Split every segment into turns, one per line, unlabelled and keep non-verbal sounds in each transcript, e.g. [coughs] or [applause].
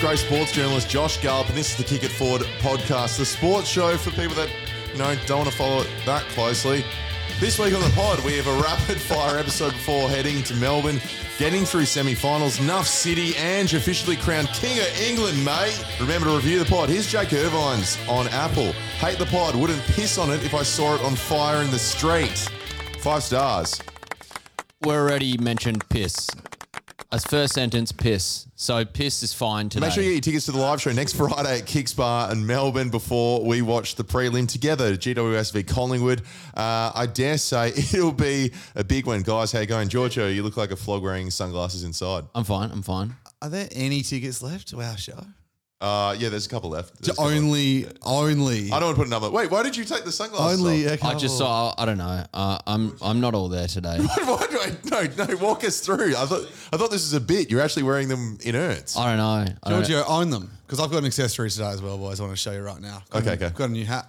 Crow sports journalist Josh Gallup, and this is the Kick It Forward podcast, the sports show for people that you know don't want to follow it that closely. This week on the pod, we have a rapid fire episode before heading to Melbourne, getting through semi finals. Nuff City, Ange officially crowned King of England, mate. Remember to review the pod. Here's Jake Irvines on Apple. Hate the pod, wouldn't piss on it if I saw it on fire in the street. Five stars.
We already mentioned piss. As first sentence, piss. So piss is fine today.
Make sure you get your tickets to the live show next Friday at Kicks Bar in Melbourne before we watch the prelim together, GWS v Collingwood. Uh, I dare say [laughs] it'll be a big one. Guys, how you going? Giorgio, you look like a flog wearing sunglasses inside.
I'm fine. I'm fine.
Are there any tickets left to our show?
Uh, yeah, there's a couple left. There's a couple left.
Only, only,
I don't want to put a number. Wait, why did you take the sunglasses
only.
off?
a
I just
couple.
saw. I don't know. Uh, I'm. I'm not all
[laughs]
there today.
why do I, no, no, walk us through. I thought I thought this was a bit. You're actually wearing them in earnest.
I don't know. I don't
Giorgio, own them because I've got an accessory today as well, boys. I want to show you right now. Got
Okay,
a,
okay.
Got a new hat.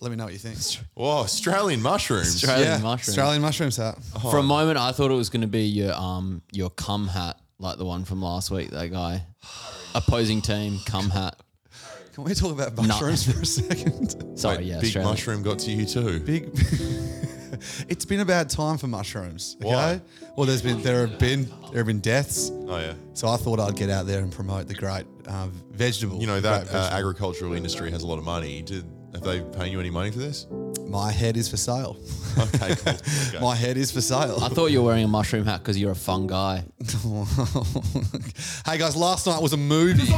Let me know what you think.
Whoa, Oh, Australian mushrooms. Oh.
Australian mushroom.
Australian mushrooms hat.
For a moment, I thought it was going to be your um your cum hat, like the one from last week. That guy, opposing team cum hat.
Can we talk about mushrooms for a
[laughs]
second?
Sorry, Oh, yeah,
big
Australian.
mushroom got to you too.
Big. [laughs] it's been a bad time for mushrooms. Okay?
Why?
Well, there's been there have been there have been deaths.
Oh yeah.
So I thought I'd get out there and promote the great uh, vegetable.
You know
the
that
great
uh, agricultural industry has a lot of money. Did have they paying you any money for
[laughs]
this?
vegetable. my head is for sale.
Okay, cool. Okay.
[laughs] my head is for sale.
I thought you were wearing a mushroom hat because you're a fun guy.
[laughs] hey guys, last night was
[laughs]
a movie.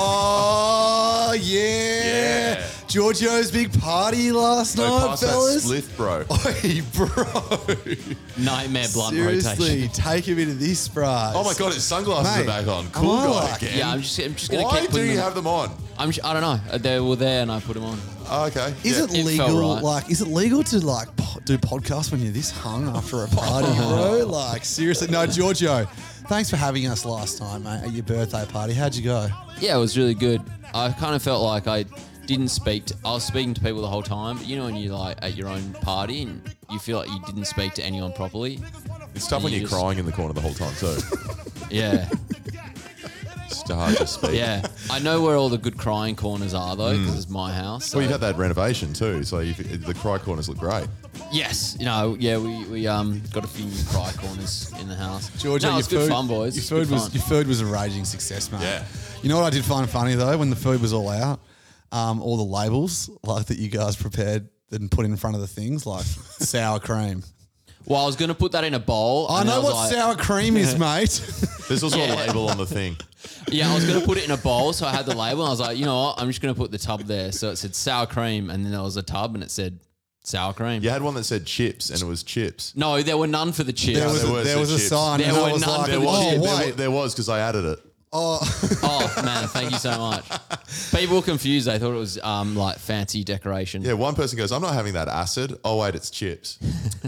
Oh yeah.
Yeah.
Giorgio's big party last
Go
night,
past that
fellas.
spliff, bro.
[laughs] Oi, bro.
Nightmare blunt rotation.
Seriously, take him into this, bro.
Oh my god, his sunglasses
Mate,
are back on.
am
Cool
I
guy
like-
again.
Yeah, I'm just. I'm just gonna
Why
keep
do
putting
you
them-
have them on?
I'm. Just, I don't know. They were there, and I put them on.
Oh, okay.
Is
Yeah.
it
It felt
legal?
right.
Like, is it legal to like po- do podcasts when you're this hung after
[laughs]
a party, bro? Like, seriously? No, Giorgio. Thanks for having us last time, mate, at your birthday party. How'd you go?
Yeah, it was really good. I kind of felt like I didn't speak. To, I was speaking to people the whole time, but you know when you like at your own party and you feel like you didn't speak to anyone properly.
It's tough when
You
you're
just-
crying in the corner the whole time too.
Yeah,
it's hard to speak.
yeah. I know where all the good crying corners are though,
Mm.
because it's my house.
Well, you
so-
had that renovation too, so you, the cry corners look great.
yes, you know, yeah. We, we um got a few new cry corners in the house.
Giorgio,
no, it
your
was good
food,
fun, boys.
Your
It was
food
good
was
fun.
your food was a raging success, mate.
Yeah.
You know what I did find funny though, when the food was all out, um, all the labels like that you guys prepared and put in front of the things,
[laughs]
like sour cream.
well, I was gonna put that in a bowl.
I
and then
know
was
what
like-
sour cream
[laughs]
is, mate. [laughs]
There's also
Yeah.
a label on the thing.
Yeah, I was gonna put it in a bowl, so I had the label. And I was like, you know what? I'm just gonna put the tub there. So it said sour cream, and then there was a tub, and it said sour cream.
You had one that said chips, and it was chips.
No, there were none for the chips.
there was
there
a,
was
there
the
was a
chips.
sign.
There
and I
were
was
none
like,
for the
oh,
chips.
there,
wait.
there was because I added it.
oh man, thank you so much. People were confused. They thought it was um like fancy decoration.
Yeah, one person goes, "I'm not having that acid." Oh wait, it's chips.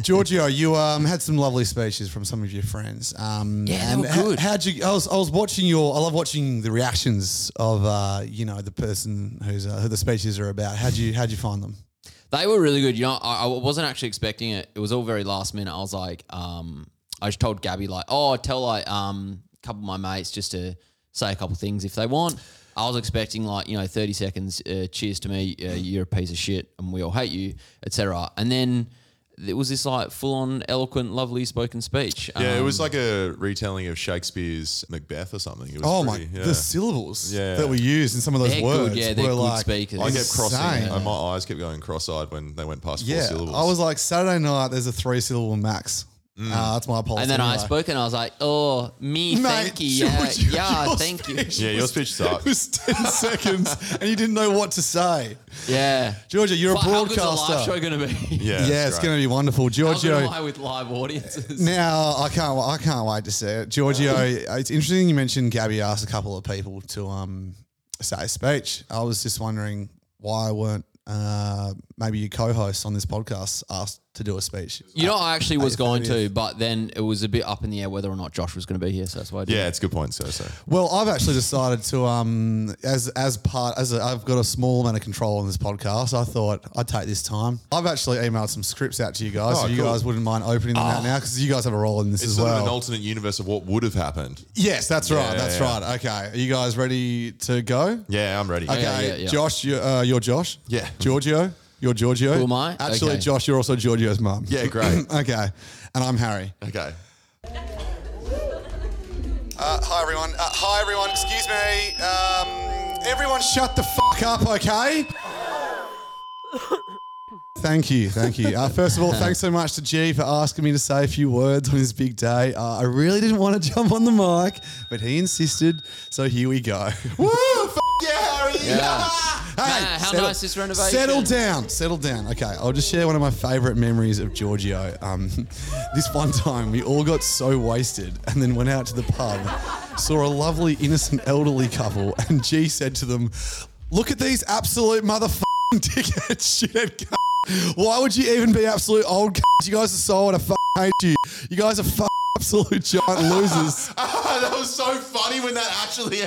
Giorgio, you um, had some lovely speeches from some of your friends. Um,
Yeah, they
and
were
ho-
good.
how'd you? I was, I was watching your. I love watching the reactions of uh, you know the person who's uh, who the speeches are about. How'd you how'd you find them?
They were really good. You know, I, I wasn't actually expecting it. It was all very last minute. I was like, um, I just told Gabby like, oh, tell like um a couple of my mates just to say a couple things if they want. I was expecting like you know thirty seconds. Uh, cheers to me.
Mm-hmm.
Uh, you're a piece of shit, and we all hate you, etc. And then it was this like full on eloquent, lovely spoken speech.
Yeah, it
Um,
was like a retelling of Shakespeare's Macbeth or something. It was
Oh
pretty-
my!
yeah.
The syllables
Yeah.
that were used in some of those
They're good,
words
yeah, they're
were
good
like
speakers.
I kept crossing.
insane.
uh, my eyes kept going cross-eyed when they went past
Yeah,
four syllables. Mm.
I was like Saturday night. There's a three syllable max. Uh, that's my policy.
And then I
anyway.
spoke and I was like, oh, me,
Mate,
thank you. Yeah,
George, [laughs] your-
yeah
your
thank
[laughs]
you.
speech
Yeah, your
was-
speech sucked.
It
[laughs]
was ten seconds, and you didn't know what to say.
Yeah.
Georgia, you're
But
a
how good's
broadcaster.
the live show going to be?
yeah,
yeah, it's going to be
[laughs]
wonderful,
How good am
Giorgio.
I with live audiences?
Now I can't I can't wait to see it, Giorgio. it's interesting you mentioned Gabby asked a couple of people to um say a speech. I was just wondering why weren't uh, maybe your co-hosts on this podcast asked to do a speech.
You know, I actually was going
30th.
to, but then it was a bit up in the air whether or not Josh was going to be here. So that's why I did.
Yeah, it's a good point, so so.
Well, I've actually decided to um as as part as a, I've got a small amount of control on this podcast. I thought I'd take this time. I've actually emailed some scripts out to you guys,
Oh,
so you
cool. Ah.
guys wouldn't mind opening them out now because you guys have a role in this
It's
as
sort
well.
of an alternate universe of what would have happened.
yes, that's right. That's
yeah,
right. Okay, are you guys ready to go?
Yeah, I'm ready.
Okay,
yeah, yeah.
Josh, you're, uh, you're Josh.
Yeah.
Giorgio, you're Giorgio.
Who am I?
Actually,
Okay.
Josh, you're also Giorgio's mum.
Yeah, great.
[laughs] okay, and I'm Harry.
Okay.
Uh, hi everyone. Uh, hi everyone. Excuse me. Um, everyone, shut the fuck up, okay? [coughs] Thank you, thank you. Uh, first of all, thanks so much to G for asking me to say a few words on his big day. Uh, I really didn't want to [laughs] jump on the mic, but he insisted, so here we go. Woo! F- yeah, Harry!
[laughs]
Yeah.
Hey,
Man, how nice this renovation.
Settle down, settle down. Okay, I'll just share one of my favourite memories of Giorgio. Um, [laughs] this one time, we all got so wasted and then went out to the pub, saw a lovely, innocent, elderly couple, and G said to them, "Look at these absolute motherfucking [laughs] dickheads, shithead." cunts. Why would you even be absolute old? cunts? You guys are sold. I fucking hate you. You guys are fucking [laughs] absolute
[laughs]
giant losers.
Ah, that was so funny when that actually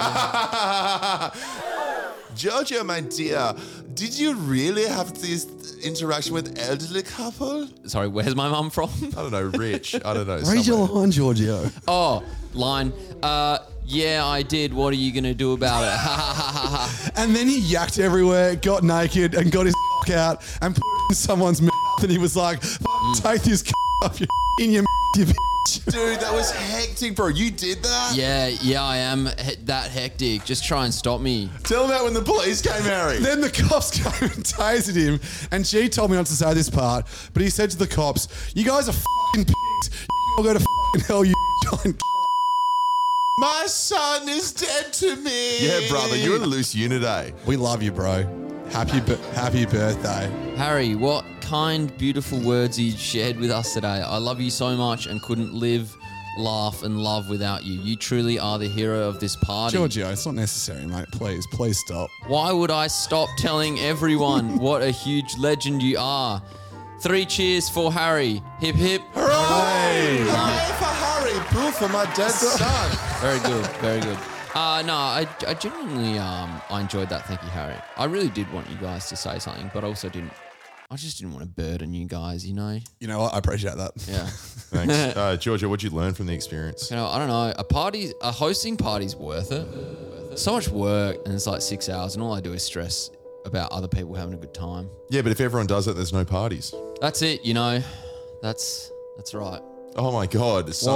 happened. [laughs] Giorgio, my dear, did you really have this interaction with elderly couple?
Sorry, where's my mum from?
I don't know, rich. I
[laughs]
don't know.
Read your
somewhere.
line, Giorgio.
oh, line. Uh, yeah, I did. What are you going to do about it? [laughs]
And then he yacked everywhere, got naked, and got his [laughs] out and put it in someone's [laughs] mouth. And he was like, "F- "Take this [laughs] off your in your [laughs] mouth, you bitch."
Dude, that was hectic, bro. You did that?
yeah, yeah, I am he- that hectic. Just try and stop me.
Tell them that when the police came, Harry.
Then the cops [laughs] came and tasered him, and she told me not to say this part, but he said to the cops, "You guys are fucking pigs. You all go to fucking hell, you [laughs] giant."
My son is dead to me. Yeah, brother, you're a loose unit, eh?
We love you, bro. Happy b- happy birthday.
Harry, what kind, beautiful words you shared with us today. I love you so much and couldn't live, laugh, and love without you. You truly are the hero of this party.
Giorgio, it's not necessary, mate. Please, please stop.
Why would I stop telling everyone what a huge legend you are? Three cheers for Harry. Hip hip.
Hooray! Hooray for Harry, boo for my dead son.
Very good. Very good. Uh, no, I, I genuinely um, I enjoyed that. Thank you, Harry. I really did want you guys to say something, but I also didn't. I just didn't want to burden you guys, you know?
[laughs] You know what? I appreciate that.
[laughs]
Yeah.
Thanks.
[laughs]
Uh, Georgia, what'd you learn from the experience?
You know, I don't know. A party, a hosting party's worth it. So much work, and it's like six hours, and all I do is stress about other people having a good time.
Yeah, but if everyone does it, there's no parties.
That's it, you know. That's that's right.
Oh my God, sunglasses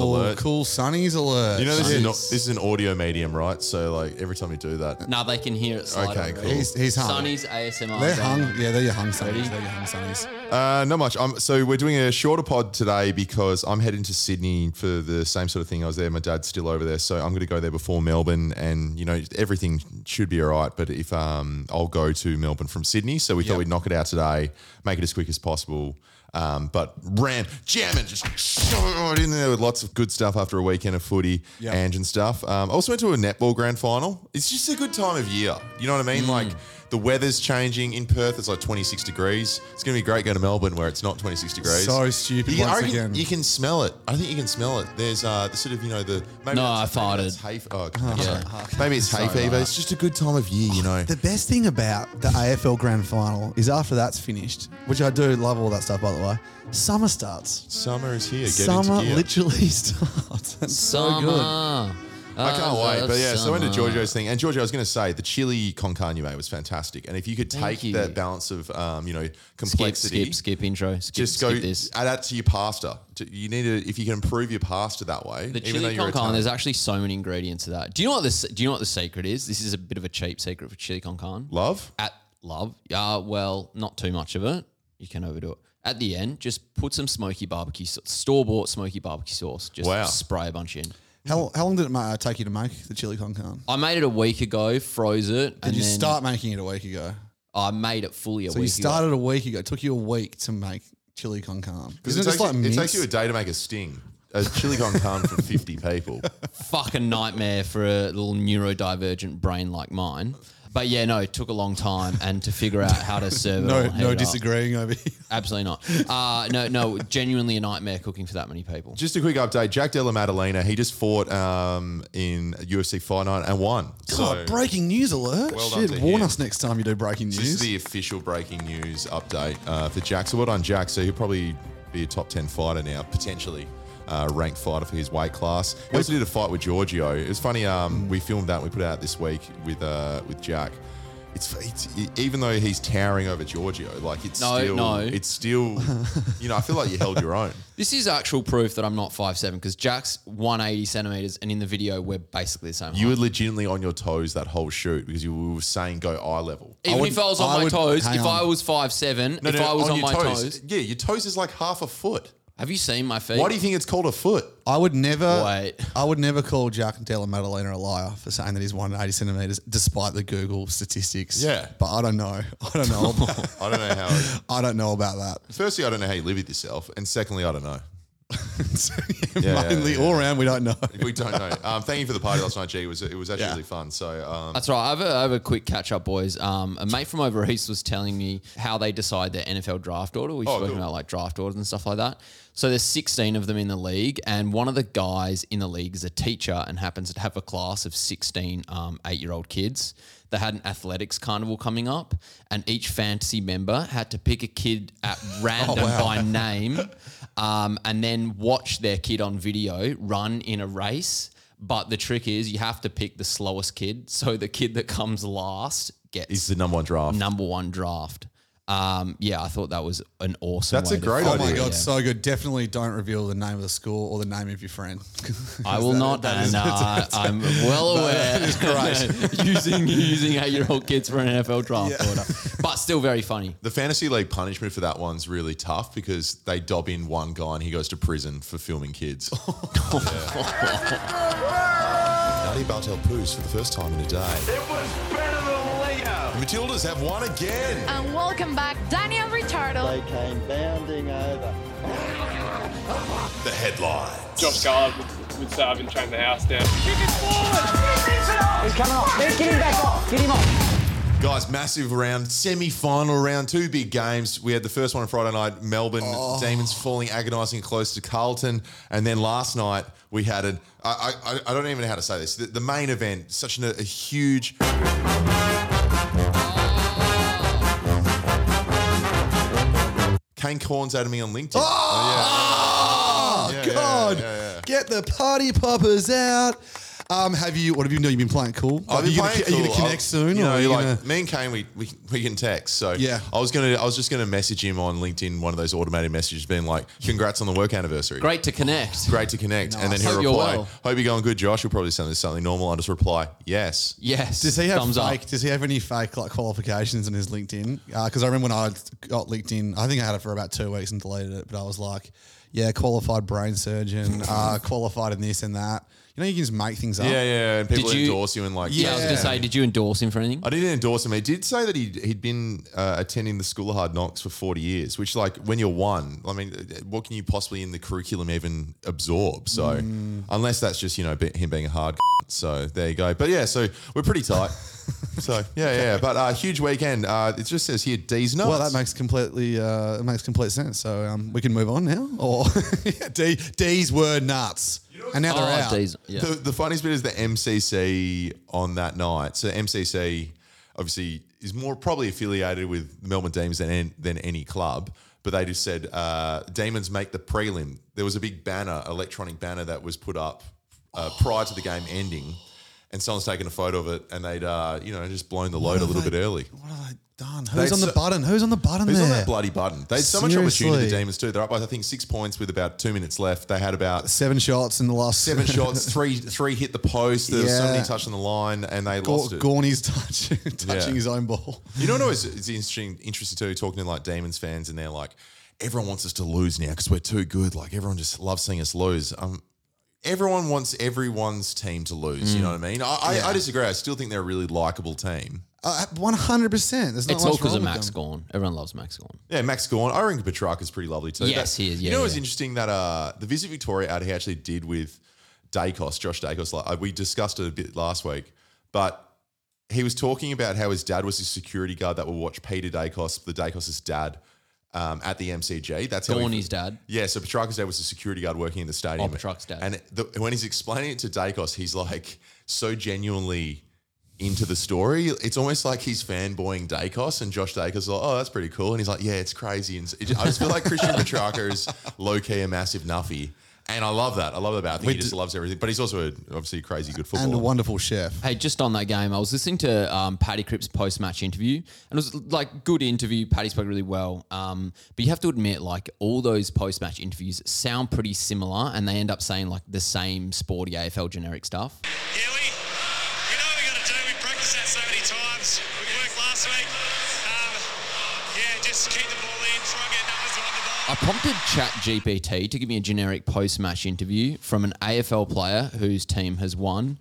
Whoa,
alert.
Oh, Cool sunnies alert.
You know, this is, an,
Jeez.
this is an audio medium, right? So, like, every time you do that,
No, they can hear it. slide
Okay,
over.
cool.
He's, he's hung.
Sonny's ASMR.
They're
zone.
hung. Yeah, they're your hung sunnies. They're your hung sunnies.
uh, not much. Um, so, we're doing a shorter pod today because I'm heading to Sydney for the same sort of thing. I was there, my dad's still over there. So, I'm going to go there before Melbourne. And, you know, everything should be all right. But if um, I'll go to Melbourne from Sydney. So, we thought
Yep.
we'd knock it out today, make it as quick as possible. Um, but ran, jamming, just shove it in there with lots of good stuff after a weekend of footy
Yeah.
and and stuff. Um, I also went to a netball grand final. It's just a good time of year. You know what I
Mm.
mean? Like the weather's changing in Perth. It's like 26 degrees. It's going to be great going to Melbourne where it's not 26 degrees.
So stupid
You can, I
once
reckon
again.
you can smell it. I think you can smell it. There's uh, the sort of you know the maybe
No,
that's- maybe
I farted.
that's Hay, oh, I'm
Yeah. Oh,
sorry. Maybe it's hay
Sorry about
fever.
that.
It's just a good time of year. You know.
The best thing about the AFL grand final is after that's finished, which I do love all that stuff, by the way, summer starts.
Summer is here. Get
summer
into gear.
literally [laughs] starts. That's so good.
Summer. Uh,
I can't wait. But yeah, so I went to
Oh, summer.
Giorgio's thing. And Giorgio, I was going to say the chili con carne you made was fantastic. And if you could
Thank
take
you.
that balance of, um, you know,
Skip,
complexity.
skip, skip intro. Skip,
just
skip
go
this.
add that to your pasta. To- You need to if you can improve your pasta that way.
The
even though
chili
you're
con carne.
Italian.
There's actually so many ingredients to that. Do you know what this? Do you know what the secret is? This is a bit of a cheap secret for chili con carne.
love.
At love, yeah. Well, not too much of it. You can overdo it. At the end, just put some smoky barbecue sauce, store bought smoky barbecue sauce. Just
Wow.
spray a bunch in.
How, how long did it ma- uh, take you to make the chili con carne?
I made it a week ago, froze it, and
Did you
then
start making it a week ago?
I made it fully a
So
week
you
ago.
started a week ago. It took you a week to make chili con carne.
Because
Isn't
it,
it just
takes
like
you- it takes
mince?
you a day to make a sting. A chili con carne
[laughs]
for 50 people.
fucking nightmare for a little neurodivergent brain like mine. But yeah, no, it took a long time and to figure out how to serve it. all
[laughs] No,
and heat
no
it up.
disagreeing over here.
Absolutely not. Uh, no, no, genuinely a nightmare cooking for that many people.
Just a quick update. Jack Della Maddalena, he just fought um, in UFC Fight Night and won.
God,
so
breaking news alert!
Well done
Shit,
to
warn
him.
us next time you do breaking
this is
news.
the official breaking news update uh, for Jack. So well done, Jack. So he'll probably be a top 10 fighter now, potentially. Uh, ranked fighter for his weight class. He also did a fight with Giorgio. It was funny. Um, We filmed that. and We put it out this week with uh, with Jack. It's, it's e, even though he's towering over Giorgio, like it's
No,
still
no.
it's still you know I feel like you held your
[laughs]
own.
This is actual proof that I'm not five seven because Jack's 180 centimeters, and in the video we're basically the same.
You
height.
were legitimately on your toes that whole shoot because you were saying go eye level.
Even
I
if I was on
would- I
my
would-
toes, if
hang on.
I was five seven, if I was on,
your
my toes.
Yeah, your toes is like half a foot.
have you seen my feet?
Why do you think it's called a foot?
I would never,
Wait.
I would never call Jack Della Maddalena a liar for saying that he's 180 centimeters, despite the Google statistics.
Yeah.
but I don't know. [laughs] I don't know. About,
I don't know how.
I don't know about that.
firstly, I don't know how you live with yourself, and secondly, I don't know.
[laughs] So, mainly
yeah,
all around, we don't know.
We don't know. Um, thank you for the party last night, G. It was it was actually
Yeah.
really fun. So um,
That's right. I have a, I have a quick catch up, boys. Um, a mate from over east was telling me how they decide their NFL draft order. We were talking
Oh, cool.
about like draft orders and stuff like that. So there's 16 of them in the league, and one of the guys in the league is a teacher and happens to have a class of 16 um, eight year old kids. They had an athletics carnival coming up, and each fantasy member had to pick a kid
[laughs]
at
Oh,
random by name, um, and then watch their kid on video run in a race. But the trick is you have to pick the slowest kid. [laughs] So the kid that comes last gets
it's the number one draft.
number one draft. Um, yeah, I thought that was an awesome.
That's
way
a
to-
great
Oh
idea.
my god,
Yeah.
so good! Definitely don't reveal the name of the school or the name of your friend. [laughs]
I will not, and uh, I'm well aware. [laughs] using using eight year old kids for an NFL draft order, but still very funny.
The fantasy league punishment for that one's really tough because they dob in one guy and he goes to prison for filming [laughs] kids. Nutty Bartel poos for the first time in a day.
It was better than Leo.
Matildas have won again.
And welcome back, Daniel Ritardo.
They came bounding over.
The headline.
Josh Gallard would, would say, I've been tracking the house down.
Guys, massive round, semi final round, two big games. We had the first one on Friday night, Melbourne Demons falling agonising close to Carlton. And then last night, we had an, I, I, I- I don't even know how to say this, the, the main event, such an, a huge. Kane Corns added me on LinkedIn.
Oh,
Yeah, yeah,
God.
yeah, yeah, yeah.
Get the party poppers out. Um, have you, what have you done? You've been playing cool?
I've
are
been
you gonna-
playing
Are you going
cool.
to connect
I've-
soon?
You
or
know,
are you
like
gonna-
me and Kane, we, we we can text. So
Yeah.
I was gonna I was just gonna message him on LinkedIn one of those automated messages, being like, "Congrats on the work anniversary."
Great to connect.
Great to connect. And then
Nice.
he'll
Hope you're
reply,
well.
Hope you're going good, Josh. He'll probably send this something normal. I'll just reply, Yes.
Yes.
Does he have
thumbs
fake?
up?
Does he have any fake like qualifications in his LinkedIn? Because I remember when I got LinkedIn, I think I had it for about two weeks and deleted it. But I was like, yeah, qualified
[laughs]
brain surgeon, uh, qualified in this and that. You know, you can just make things up.
Yeah, yeah. And people
Did you-
endorse you and like,
Yeah, I was gonna
Yeah.
say, did you endorse him for anything?
I didn't endorse him. He did say that he'd, he'd been uh, attending the School of Hard Knocks for 40 years, which, like, when you're one, I mean, uh, what can you possibly in the curriculum even absorb? So,
Mm.
unless that's just, you know, be- him being a hard. [laughs] so, there you go. But yeah, so we're pretty
[laughs]
tight. so, yeah, yeah. But uh, huge weekend. Uh, it just says here, D's nuts.
Well, that makes completely uh, it makes complete sense. So um, we can move on now. Or [laughs] yeah, D, D's were nuts, and now they're
Oh,
out.
geez. Yeah.
The, the funniest bit is the MCC on that night. So MCC obviously is more probably affiliated with Melbourne Demons than than any club, but they just said uh, Demons make the prelim. There was a big banner, electronic banner that was put up uh, prior to the game ending, and someone's taken a photo of it, and they'd uh, you know just blown the load a little bit early.
What have they done? Who's on the
so-
button? Who's on the button
Who's
there?
on that bloody button? They had so much opportunity. The
Seriously.
Demons too. They're up by I think six points with about two minutes left. They had about
Seven shots in the last [laughs]
seven shots, three three hit the post. There was so
Yeah.
many touched on the line, and they
Gaw-
lost it.
Gorney's touching [laughs] touching
Yeah.
his own ball.
You know what is it's interesting? Interesting too, talking to like Demons fans, and they're like, everyone wants us to lose now because we're too good. Like everyone just loves seeing us lose. Um, everyone wants everyone's team to lose. You know what I mean? I, I, I disagree. I still think they're a really likable team.
Uh, One hundred percent. There's not
It's all
much
because
wrong
of
with
Max
them.
Gorn. Everyone loves Max Gorn.
Yeah, Max Gorn. I reckon Petrarca's pretty lovely too.
Yes,
That-
he is.
you
Yeah,
know
yeah,
what's
yeah.
interesting that uh, the Visit Victoria ad he actually did with Dacos, Josh Dacos. Like, uh, we discussed it a bit last week, but he was talking about how his dad was his security guard that would watch Peter Dacos, the Dacos' dad, um, at the MCG. That's how he,
Gorney's dad.
Yeah, so Petrarca's dad was a security guard working in the stadium.
Oh, Petrarca's dad.
And the, when he's explaining it to Dacos, he's like so genuinely into the story. It's almost like he's fanboying Dacos, and Josh Dacos is like, "Oh, that's pretty cool," and he's like, "Yeah, it's crazy." And it just, I just feel like
[laughs]
Christian Petrarca is low key a massive nuffy. And I love that. I love that about. Him. I think he just loves everything, but he's also a, obviously a crazy good footballer.
and a wonderful chef.
[laughs]
[laughs]
Hey, just on that game, I was listening to um, Paddy Cripps post match interview, and it was like good interview. Paddy spoke really well, um, but you have to admit, like all those post match interviews sound pretty similar, and they end up saying like the same sporty AFL generic stuff.
Yeah, we, we know what we got to do. We practiced that so many times. We worked last week. Um, yeah, just keep the ball in, try and get numbers on the ball.
I prompted ChatGPT to give me a generic post match interview from an AFL player whose team has won.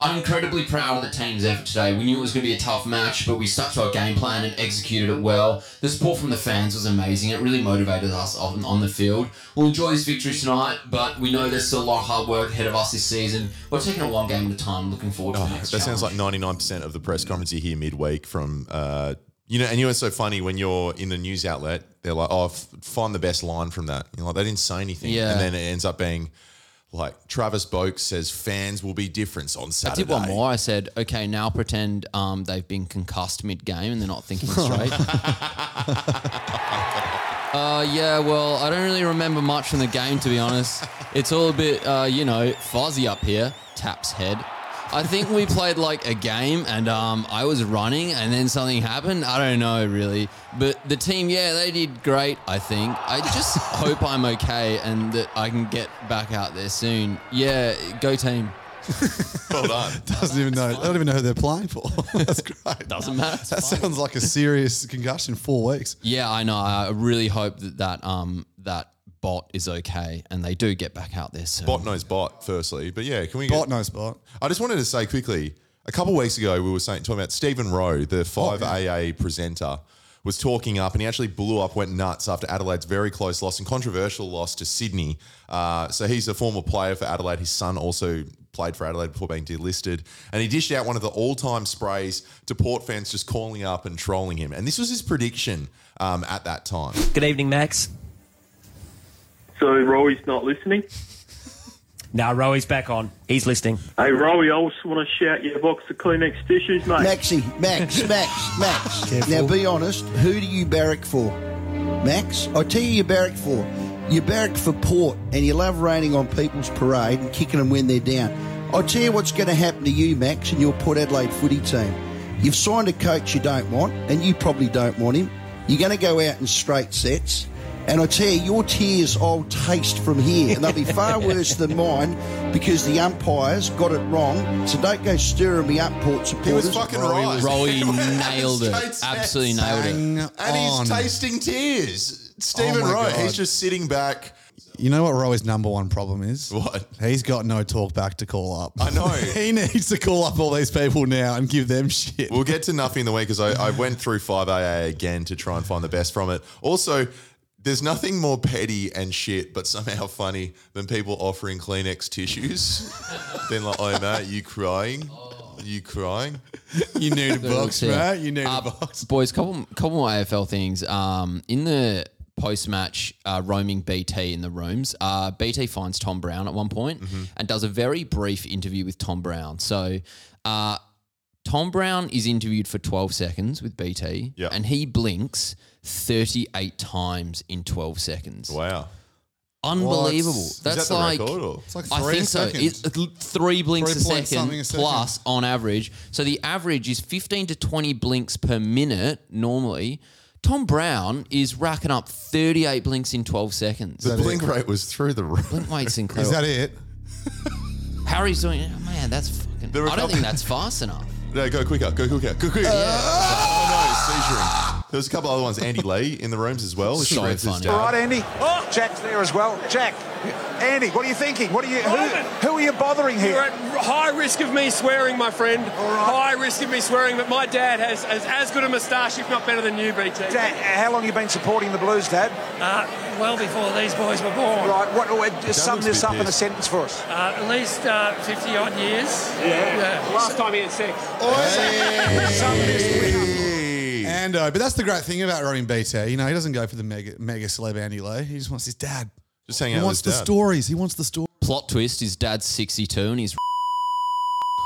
I'm incredibly proud of the team's effort today. We knew it was going to be a tough match, but we stuck to our game plan and executed it well. The support from the fans was amazing. It really motivated us on, on the field. We'll enjoy this victory tonight, but we know there's still a lot of hard work ahead of us this season. We're taking it one game at a time. Looking forward to the next.
Oh, That sounds
challenge.
like 99% of the press conference you hear midweek from, uh, you know, and you know, it's so funny when you're in the news outlet, they're like, oh, f- find the best line from that. You know, like they didn't say anything.
Yeah.
And then it ends up being like Travis Boak says fans will be different on
I
Saturday.
did one more. I said, okay, now pretend um, they've been concussed mid game and they're not thinking straight. uh, yeah, well, I don't really remember much from the game, to be honest. It's all a bit, uh, you know, fuzzy up here. Taps head. I think we played like a game and um, I was running and then something happened. I don't know really. But the team, yeah, they did great, I think. I just hope I'm okay and that I can get back out there soon. Yeah, go team.
Well done.
Doesn't even know. They don't even know who they're playing for. [laughs] That's great.
Doesn't matter. It's
That sounds like a serious concussion. Four weeks.
Yeah, I know. I really hope that that um that bot is okay and they do get back out there soon.
bot knows bot, firstly. But yeah, can we
Bot no spot.
I just wanted to say quickly. A couple of weeks ago, we were saying talking about Stephen Rowe, the five AA presenter, was talking up, and he actually blew up, went nuts after Adelaide's very close loss and controversial loss to Sydney. Uh, so he's a former player for Adelaide. His son also played for Adelaide before being delisted, and he dished out one of the all-time sprays to Port fans, just calling up and trolling him. And this was his prediction um, at that time.
Good evening, Max.
So Roy's not listening.
Now, Roey's back on. He's listening.
Hey Roy, I also want to shout you a box of Kleenex tissues, mate.
Maxie, Max, Max, Max. Now be honest, who do you barrack for? Max? I tell you you barrack for. You barrack for Port and you love raining on people's parade and kicking them when they're down. I tell you what's going to happen to you, Max, and your Port Adelaide footy team. You've signed a coach you don't want and you probably don't want him. You're going to go out in straight sets. And I tell you, your tears I'll taste from here, and they'll be far worse than mine because the umpires got it wrong. So don't go stirring me up, Port
He
supporters.
was fucking
Rowe-
right. [laughs]
Rowie
He went out
nailed
of
it.
his straight set.
Absolutely nailed it.
Hang
And
on.
he's tasting tears. Stephen
Oh my
Rowe,
God.
he's just sitting back.
You know what Roy's number one problem is?
What?
He's got no talk back to call up.
I know.
[laughs] he needs to call up all these people now and give them shit.
We'll get to nothing in the week because I, I went through 5AA again to try and find the best from it. Also, there's nothing more petty and shit, but somehow funny than people offering Kleenex
[laughs]
tissues. then like, oh mate, you crying? You crying?
You need [laughs] a
Little
box,
tear.
right? You need [laughs]
Uh,
a box.
Boys, couple couple more AFL things. Um, in the post match uh, roaming BT in the rooms, uh, BT finds Tom Brown at one point and does a very brief interview with Tom Brown. So. Uh, Tom Brown is interviewed for 12 seconds with BT
Yeah.
and he blinks 38 times in 12 seconds.
Wow.
Unbelievable.
What?
That's
Is that the
like,
record or? It's
like
I
three
think so.
seconds.
It's l- three blinks
Three
a,
point
second
something a second.
plus on average. So the average is 15 to 20 blinks per minute normally. Tom Brown is racking up 38 blinks in 12 seconds.
The blink rate was through the roof.
Blink weights included.
Is that it?
Harry's doing it. Oh, man, that's fucking.
There were a
I don't
couple-
think that's fast enough.
No, go quicker, go quicker, go quicker. Oh no, he's seizuring. There was a couple other ones. Andy Lee in the rooms as well.
So
Shreds his
funny.
dad.
All right, Andy.
Oh.
Jack's there as well. Jack, Andy, what are you thinking? What are you?
Ivan.
Who, who are you bothering
You're
here?
at high risk of me swearing, my friend. High risk of me swearing, but my dad has, has as good a moustache, if not better than you, BT.
Dad, how long you been supporting the Blues, Dad?
Uh, well before these boys were born.
Right, what? uh, Sum
looks a
this
bit
up in a
pissed.
sentence for us.
Uh, at least uh, 50 odd years. Yeah. Last time he had sex.
Hey.
And uh, but that's the great thing about Robin BT. You know, he doesn't go for the mega mega celeb Andy Lee. He just wants his dad.
Just hang
He
out
wants
with
the
his dad.
stories. He wants the story.
Plot twist: his dad's sixty-two and he's.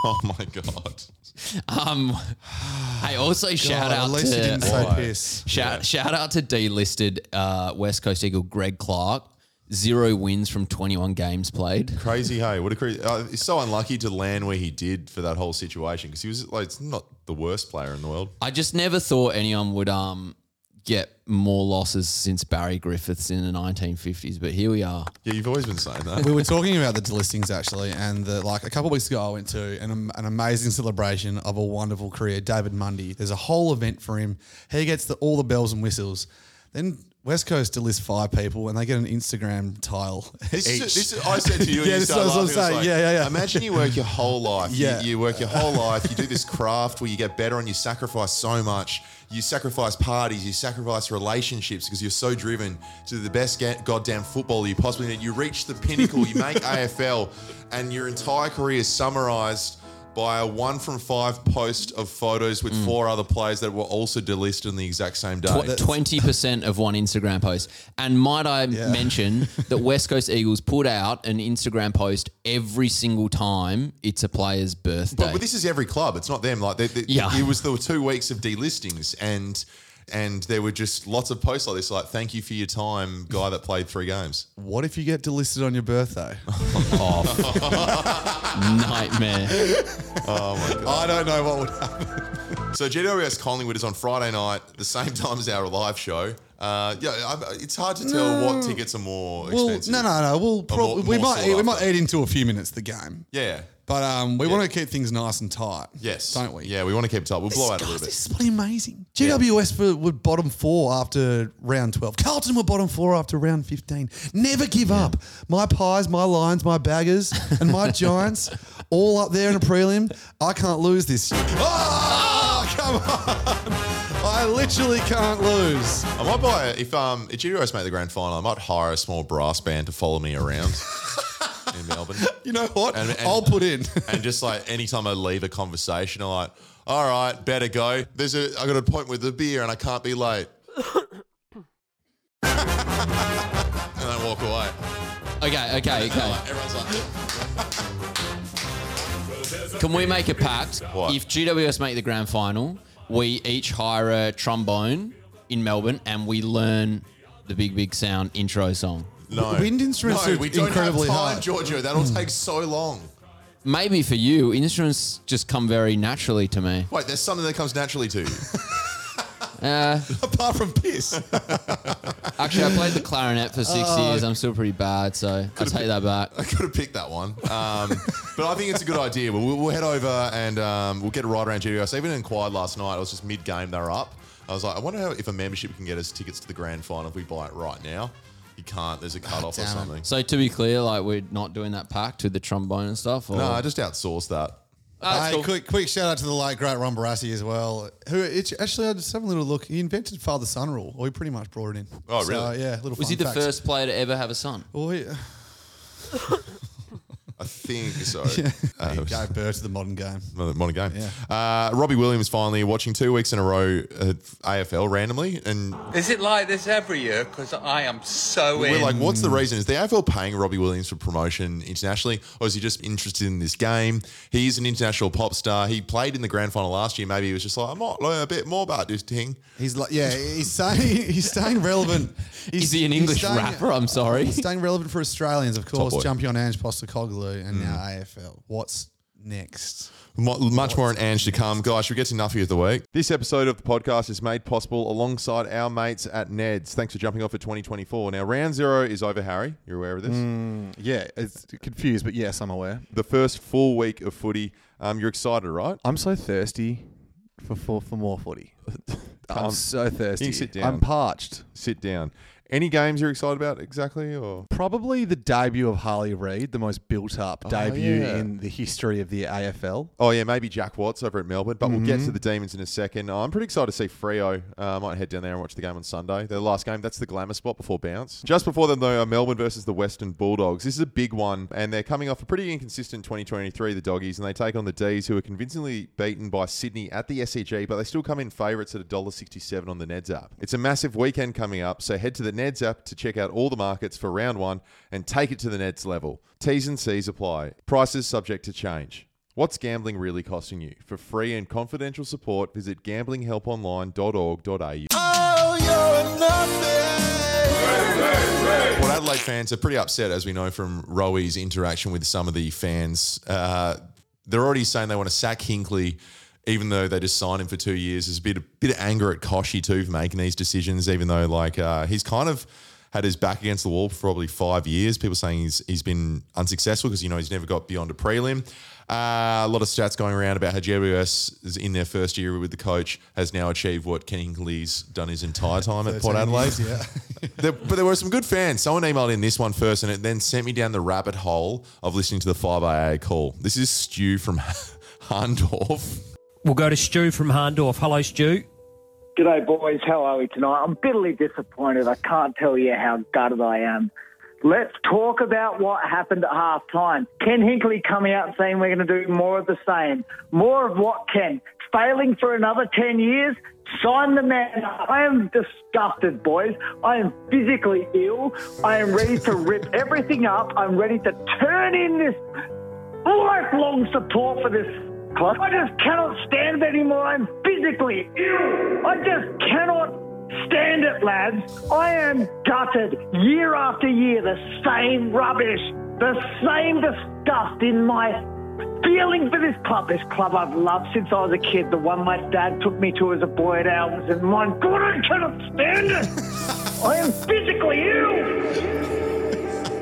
Oh my god.
Um, [sighs] hey, also shout
God,
out
at least
to
he didn't
[laughs]
say
Why?
piss.
shout, shout out to delisted uh, West Coast Eagle Greg Clark. Zero wins from twenty-one games played.
Crazy, hey! What a crazy! Uh, he's so unlucky to land where he did for that whole situation because he was like it's not the worst player in the world.
I just never thought anyone would um get more losses since Barry Griffiths in the nineteen fifties, but here we are.
Yeah, you've always been saying that.
we were talking about the delistings actually, and the, like a couple of weeks ago, I went to an, an amazing celebration of a wonderful career, David Mundy. There's a whole event for him. He gets the, all the bells and whistles. Then West Coast delists five people, and they get an Instagram tile.
This is,
each.
this is, I said
[laughs]
to you, and
Yeah,
you
this is
started
what I was
laughing, I was
saying.
like,
Yeah, yeah, yeah.
Imagine you work your whole life.
Yeah.
You, you work your whole life. You do this craft where you get better and you sacrifice so much. You sacrifice parties. You sacrifice relationships because you're so driven to the best ga- goddamn footballer you possibly need. You reach the pinnacle. You
[laughs]
make AFL, and your entire career is summarized by a one from five post of photos
Mm.
with four other players that were also delisted on the exact same day.
Twenty percent of one Instagram post, and might
[laughs]
I mention that West Coast Eagles put out an Instagram post every single time it's a player's birthday.
But, but this is every club. It's not them. Like they, they-
Yeah.
it was there were two weeks of delistings and and there were just lots of posts like this. Like thank you for your time, guy that played three games.
what if you get delisted on your
[laughs]
birthday?
[laughs]
Nightmare.
I don't know what would happen.
So GWS Collingwood is on Friday night, the same [laughs] time as our live show. Uh, yeah, I, it's hard to tell what tickets are more
Well,
expensive.
no, no, no. We'll prob-
more-
we
more
might
sought
eat, we
after.
might eat into a few minutes the game,
Yeah.
but um, we want to keep things nice and tight.
Yes.
don't we?
Yeah, we want to keep it tight. We'll blow out a
Guys,
little bit.
this is bloody amazing. GWS were, were bottom four after round 12. Carlton were bottom four after round 15. Never give up. My Pies, my Lions, my Baggers, and
[laughs]
my Giants all up there in a prelim. I can't lose this.
Ah,
Oh, [laughs] come on. I literally can't lose.
I might buy if um if GWS make the grand final, I might hire a small brass band to follow me
[laughs]
around in Melbourne.
You know what?
And- and-
I'll
[laughs]
put in.
and just like anytime I leave a conversation, I'm like, all right, better go. There's a I got an appointment with the beer and I can't be late. [laughs] and I walk away.
Okay, okay, okay.
Like, everyone's like,
Can we make a pact?
What?
If GWS make the grand final, we each hire a trombone in Melbourne and we learn the Big Big Sound intro song.
no.
Wind instruments
no,
are
we don't
incredibly
have time,
hard.
Giorgio. That'll take so long.
Maybe for you, instruments just come very naturally to me.
Wait, there's something that comes naturally to you. [laughs]
Apart from piss.
Actually, I played the clarinet for six years. I'm still pretty bad, so I take that back.
I could have picked that one.
[laughs]
Um, but I think it's a good idea. We'll, we'll head over and um, we'll get a ride around GWS. I even inquired last night. I was just mid game, they were up. I was like, I wonder how, if a membership can get us tickets to the grand final if we buy it right now. You can't. There's a cut off or
Ah, damn it.
something.
So to be clear, like we're not doing that pact with the trombone and stuff. Or?
No, I just outsourced that.
Ah,
Hey,
it's cool.
quick, quick shout out to the late great Ron Barassi as well. Who it's, actually I just have a little look. He invented father son rule, or he pretty much brought it in.
Oh,
So,
really?
yeah, little.
Was
fun
he the
fact.
first player to ever have a son?
Well, he,
I
[laughs]
think so. Uh,
he gave birth to the modern game.
[laughs] Another Modern game. Uh, Robbie Williams finally watching two weeks in a row uh, AFL randomly, and
Is it like this every year? Because I am so
We're like, what's the reason? Is the AFL paying Robbie Williams for promotion internationally, or is he just interested in this game? He is an international pop star. He played in the grand final last year. Maybe he was just like, I might learn a bit more about this thing.
He's like, yeah, he's staying, [laughs] he's staying relevant. He's,
Is he an
he's
English
staying-
rapper? I'm sorry.
[laughs] Staying relevant for Australians, of course.
boy.
Jumping on Ange Postacoglu
Hmm.
and now AFL. What's next?
Mu- Much more on Ange to come. Guys, we get to Nuffy of the Week. This episode of the podcast is made possible alongside our mates at Ned's. Thanks for jumping off for 2024. Now, round zero is over, Harry. You're aware of this?
Mm, Yeah, it's confused, but yes, I'm aware.
The first full week of footy. Um, you're excited, right?
I'm so thirsty. for for, for more
[laughs]
footy. I'm
Um,
so thirsty.
You sit down.
I'm parched.
Sit down. Any games you're excited about exactly, or
Probably the debut of Harley Reid, the most built up
Oh,
debut
yeah.
in the history of the AFL.
oh yeah, maybe Jack Watts over at Melbourne. But we'll get
Mhm.
to the Demons in a second. I'm pretty excited to see Frio. Uh, I might head down there and watch the game on Sunday. Their last game. That's the glamour spot before bounce. Just before them though, are Melbourne versus the Western Bulldogs. This is a big one, and they're coming off a pretty inconsistent 2023. The Doggies, and they take on the D's, who are convincingly beaten by Sydney at the SEG, but they still come in favourites at $1.67 on the Neds app. It's a massive weekend coming up, so head to the Neds app to check out all the markets for round one and take it to the Neds level. T's and C's apply. Prices subject to change. What's gambling really costing you? For free and confidential support, visit gamblinghelponline.org.au. Oh, you're Well, Adelaide fans are pretty upset, as we know from Rowie's interaction with some of the fans. Uh, they're already saying they want to sack Hinkley, even though they just signed him for two years. There's a bit, a bit of anger at Koshy, too, for making these decisions, even though, like, uh, he's kind of had his back against the wall for probably five years. People saying he's, he's been unsuccessful because, you know, he's never got beyond a prelim. Uh, a lot of stats going around about how GWS is in their first year with the coach has now achieved what Ken Hinkley's done his entire time at Port
13
Adelaide.
years, yeah. [laughs]
there, but there were some good fans. Someone emailed in this one first, and it then sent me down the rabbit hole of listening to the 5AA call. This is Stu from [laughs] Harndorf.
We'll go to Stu from Harndorf. Hello, Stu.
G'day, boys. How are we tonight? I'm bitterly disappointed. I can't tell you how gutted I am. Let's talk about what happened at half time. Ken Hinkley coming out and saying we're going to do more of the same. More of what, Ken? Failing for another 10 years? Sign the man. up. I am disgusted, boys. I am physically ill. I am ready to rip everything up. I'm ready to turn in this lifelong support for this club. I just cannot stand it anymore. I'm physically ill. I just cannot stand it, lads. I am gutted year after year. The same rubbish, the same disgust in my feeling for this club. This club I've loved since I was a kid. The one my dad took me to as a boy at Albans. And my God, I cannot stand it. I am physically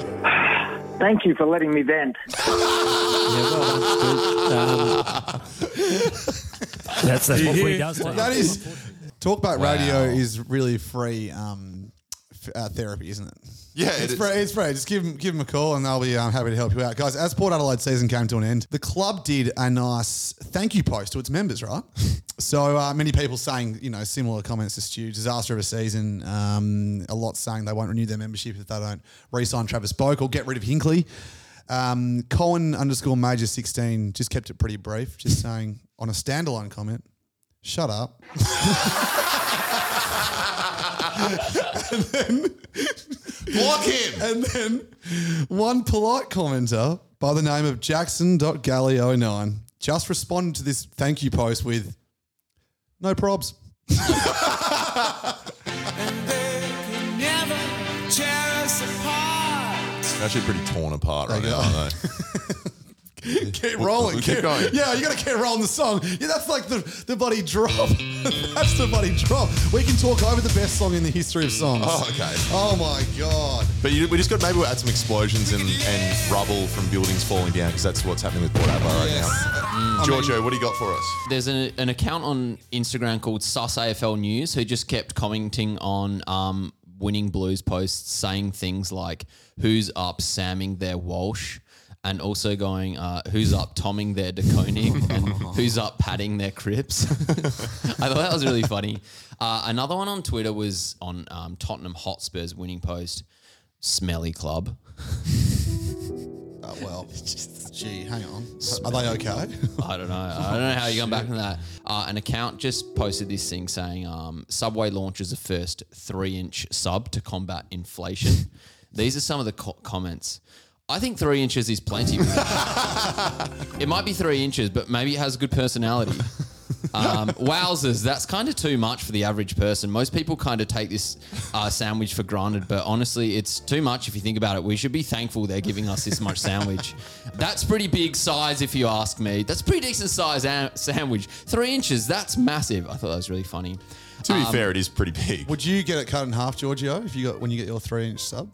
ill. Thank you for letting me vent.
That's that's what
Yeah.
we does. to
That
you.
is talkback
Wow.
radio is really free um, f- uh, therapy, isn't it?
Yeah, it
it's
is.
free. It's free. Just give them, give them a call, and they'll be um, happy to help you out, guys. As Port Adelaide season came to an end, the club did a nice thank you post to its
[laughs]
members, right? so uh, many people saying, you know, similar comments to Stu. Disaster of a season. Um, a lot saying they won't renew their membership if they don't re-sign Travis Boak or get rid of Hinkley. Um, Cohen underscore major 16 just kept it pretty brief, just saying on a standalone comment, shut up. and then,
Block him.
And then one polite commenter by the name of Jackson.galley09 just responded to this thank you post with, no probs.
They're actually pretty torn apart right now, aren't
[laughs]
they?
keep rolling.
Keep, going.
Yeah, you got to keep rolling the song. Yeah, that's like the, the bloody drop. [laughs] that's the bloody drop. We can talk over the best song in the history of songs.
Oh, okay.
Oh, my God.
But you, we just got maybe we'll add some explosions and, and rubble from buildings falling down because that's what's happening with Port Adelaide right
Mm.
now. Giorgio, what do you got for us?
There's an, an account on Instagram called Sus AFL News who just kept commenting on um, winning blues posts, saying things like, Who's up Samming their Walsh? And also going, uh, Who's up Tomming their De Koning? And who's up Patting their Crips? [laughs] I thought that was really funny. Uh, another one on Twitter was on um, Tottenham Hotspur's winning post, Smelly Club.
Oh, [laughs] well. Gee, hang on. Are they okay? [laughs]
I don't know. I don't know how you come back from that. Uh, an account just posted this thing saying um, Subway launches a first three inch sub to combat inflation. These are some of the co- comments. I think three inches is plenty. it might be three inches, but maybe it has good personality. Um, wowzers, that's kind of too much for the average person. Most people kind of take this uh, sandwich for granted, but honestly, it's too much if you think about it. We should be thankful they're giving us this much sandwich. That's pretty big size, if you ask me. That's a pretty decent size am- sandwich. Three inches, that's massive. I thought that was really funny.
To
Um,
be fair, it is pretty big.
Would you get it cut in half, Giorgio, if you got when you get your three inch sub?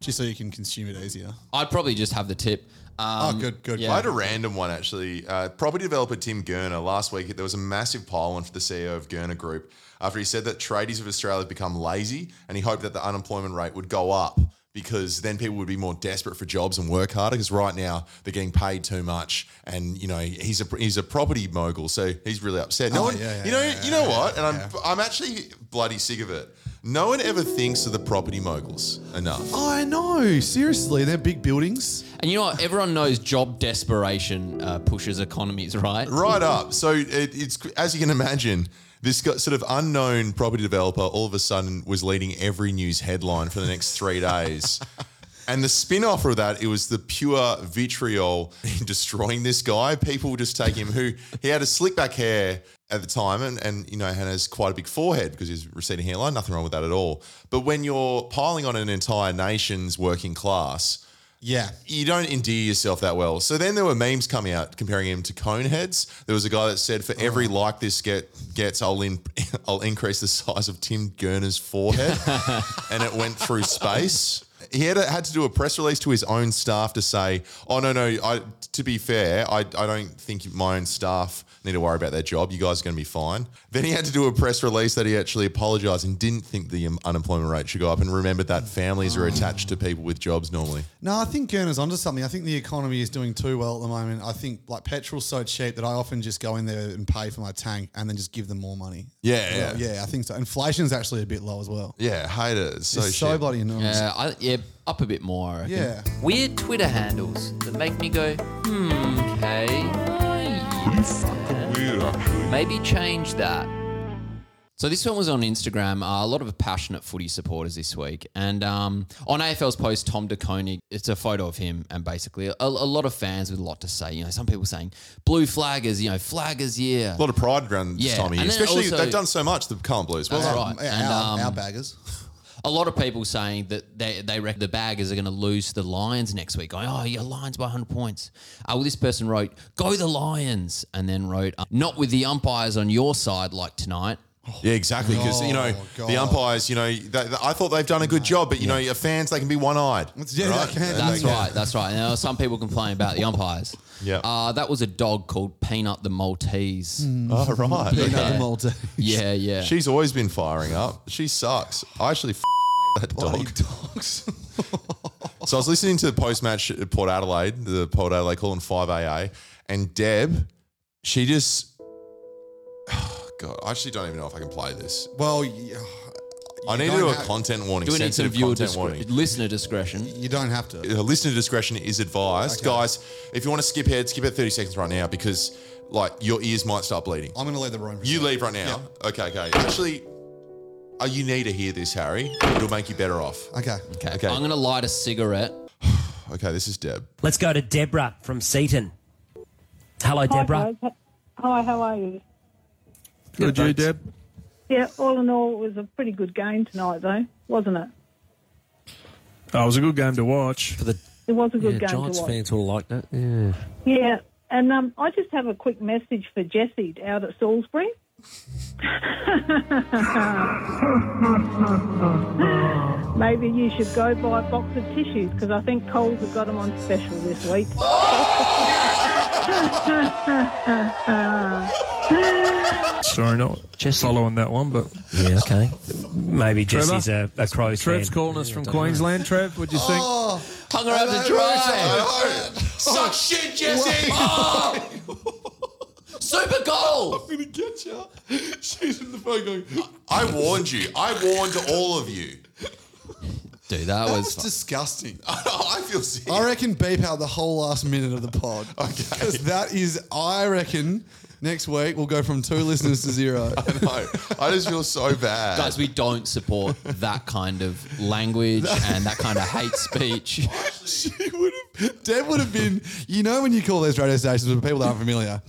Just so you can consume it easier.
I'd probably just have the tip.
Ah,
Um, yeah.
I had a random one actually. Uh, property developer Tim Gurner last week there was a massive pile on for the CEO of Gurner Group after he said that tradies of Australia have become lazy and he hoped that the unemployment rate would go up because then people would be more desperate for jobs and work harder because right now they're getting paid too much and you know he's a he's a property mogul so he's really upset. No
Oh,
one,
yeah, yeah,
you know
yeah,
you know
yeah,
what? And I'm
yeah.
I'm actually bloody sick of it. No one ever thinks of the property moguls enough.
I know. Seriously, they're big buildings.
And you know what? Everyone knows job desperation uh, pushes economies, right?
Right up. So it, it's as you can imagine, this got sort of unknown property developer all of a sudden was leading every news headline for the next three days. And the spin off of that, it was the pure vitriol in [laughs] destroying this guy. People would just take him who he had a slick back hair at the time and, and you know, and has quite a big forehead because he's receding hairline. Nothing wrong with that at all. But when you're piling on an entire nation's working class,
yeah,
you don't endear yourself that well. So then there were memes coming out comparing him to Coneheads. There was a guy that said, "For every like this get gets, I'll in, [laughs] I'll increase the size of Tim Gurner's forehead," and it went through space. He had, had to do a press release to his own staff to say, "Oh no, no. I, to be fair, I, I don't think my own staff need to worry about their job. You guys are going to be fine." Then he had to do a press release that he actually apologised and didn't think the um, unemployment rate should go up, and remembered that families are attached to people with jobs normally.
No, I think Gurner's onto something. I think the economy is doing too well at the moment. I think like petrol's so cheap that I often just go in there and pay for my tank and then just give them more money.
Yeah, yeah.
yeah. I think so. Inflation's actually a bit low as well.
Yeah, hate it. It's so,
It's so
shit.
bloody annoying.
Yeah, Uh, I, yeah, up a bit more. I reckon.
Yeah.
Weird Twitter handles that make me go, hmm, okay. oh, Maybe change that. So this one was on Instagram. Uh, a lot of passionate footy supporters this week, and um, on AFL's post, Tom DeConing. It's a photo of him, and basically a, a lot of fans with a lot to say. You know, some people saying blue flaggers. You know, flaggers. Yeah,
A lot of pride around this
Yeah,
time of year.
and then
Especially
also-
they've done so much, the Current Blues.
That's
Well,
right. And, um,
baggers. [laughs]
A lot of people saying that they, they reckon the baggers are going to lose to the Lions next week. Going, oh, your Lions by 100 points. Uh, well, this person wrote, go the Lions, and then wrote, uh, not with the umpires on your side like tonight.
Yeah, exactly. Because, you know,
Oh,
the umpires, you know, they, they- I thought they've done a good job, but, you know, your fans, they can be one eyed.
yeah, they can, they
That's
can.
right. That's right. And there are some people complaining about the umpires.
Yeah.
Uh, that was a dog called Peanut the Maltese.
Mm. Oh, right. Peanut the Maltese.
Yeah,
[laughs]
yeah.
She's always been firing up. She sucks. I actually f- [laughs] that dog.
dogs.
[laughs] So I was listening to the post match at Port Adelaide, the Port Adelaide call in 5AA, and Deb, she just. [sighs] God, I actually don't even know if I can play this.
Well, yeah,
I
you
need to
don't
do a
have-
content warning.
Do we need some
sensitive
viewer
content
discretion?
warning.
Listener discretion.
You don't have to.
Uh, listener discretion is advised. Guys, if you want to skip ahead, skip ahead 30 seconds right now because like your ears might start bleeding.
I'm going to leave the room. For a
You
second.
leave right now. Okay, okay. Actually, uh, you need to hear this, Harry. It'll make you better off.
Okay.
Okay.
Okay.
I'm going to light a cigarette.
Okay, this is Deb.
Let's go to Deborah from Seaton. Hello, Deborah.
guys. Hi, how are you?
Good, you, Deb.
Yeah, all in all, it was a pretty good game tonight, though, wasn't it?
Oh, it was a good game to watch. For
the
It was a good game to watch.
all liked it. Yeah.
Yeah, and um, I just have a quick message for Jessie out at Salisbury. [laughs] Maybe you should go buy a box of tissues because I think Coles have got them on special this week.
[laughs] Sorry, not following that one, but
yeah, okay. Maybe
Trevor?
Jesse's a, a crow's
Trev's
fan.
calling us from Queensland. Trev, what'd you
Oh.
think?
Hung her out to dry. Suck shit, Jesse. Oh.
[laughs]
Super goal.
I'm gonna get you. She's in the phone going. I warned you. I warned all of you.
Dude, that,
That
was.
was disgusting.
[laughs] I feel sick.
I reckon beep out the whole last minute of the pod. [laughs] okay. Because that is, I reckon, next week we'll go from two listeners to zero. [laughs] I
know. [laughs] I just feel so bad.
Guys, we don't support that kind of language and that kind of hate speech.
Deb would have been, you know, when you call those radio stations with people that aren't familiar,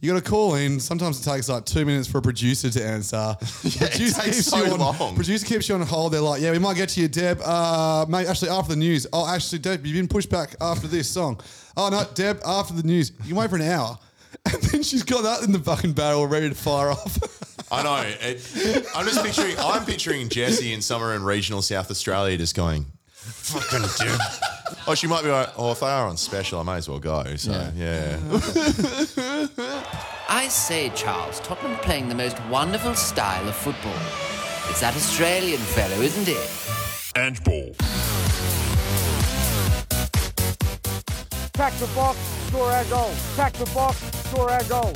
you got to call in. Sometimes it takes like two minutes for a producer to [laughs] answer.
it takes so
you on,
long.
Producer keeps you on hold. They're like, yeah, we might get to you, Deb. Uh, mate, actually, after the news. Oh, actually, Deb, you've been pushed back after this song. Oh, no, Deb, after the news. You can wait for an hour. [laughs] And then she's got that in the fucking barrel ready to fire off. [laughs]
I know. It, I'm just picturing. I'm picturing Jesse in somewhere in regional South Australia, just going, "Fucking Deb, Oh, she might be like, oh, if they are on special, I may as well go. So, yeah.
I say, Charles, Tottenham playing the most wonderful style of football. It's that Australian fellow, isn't it? And ball.
Crack the box, score our goal. Crack the box, score our goal.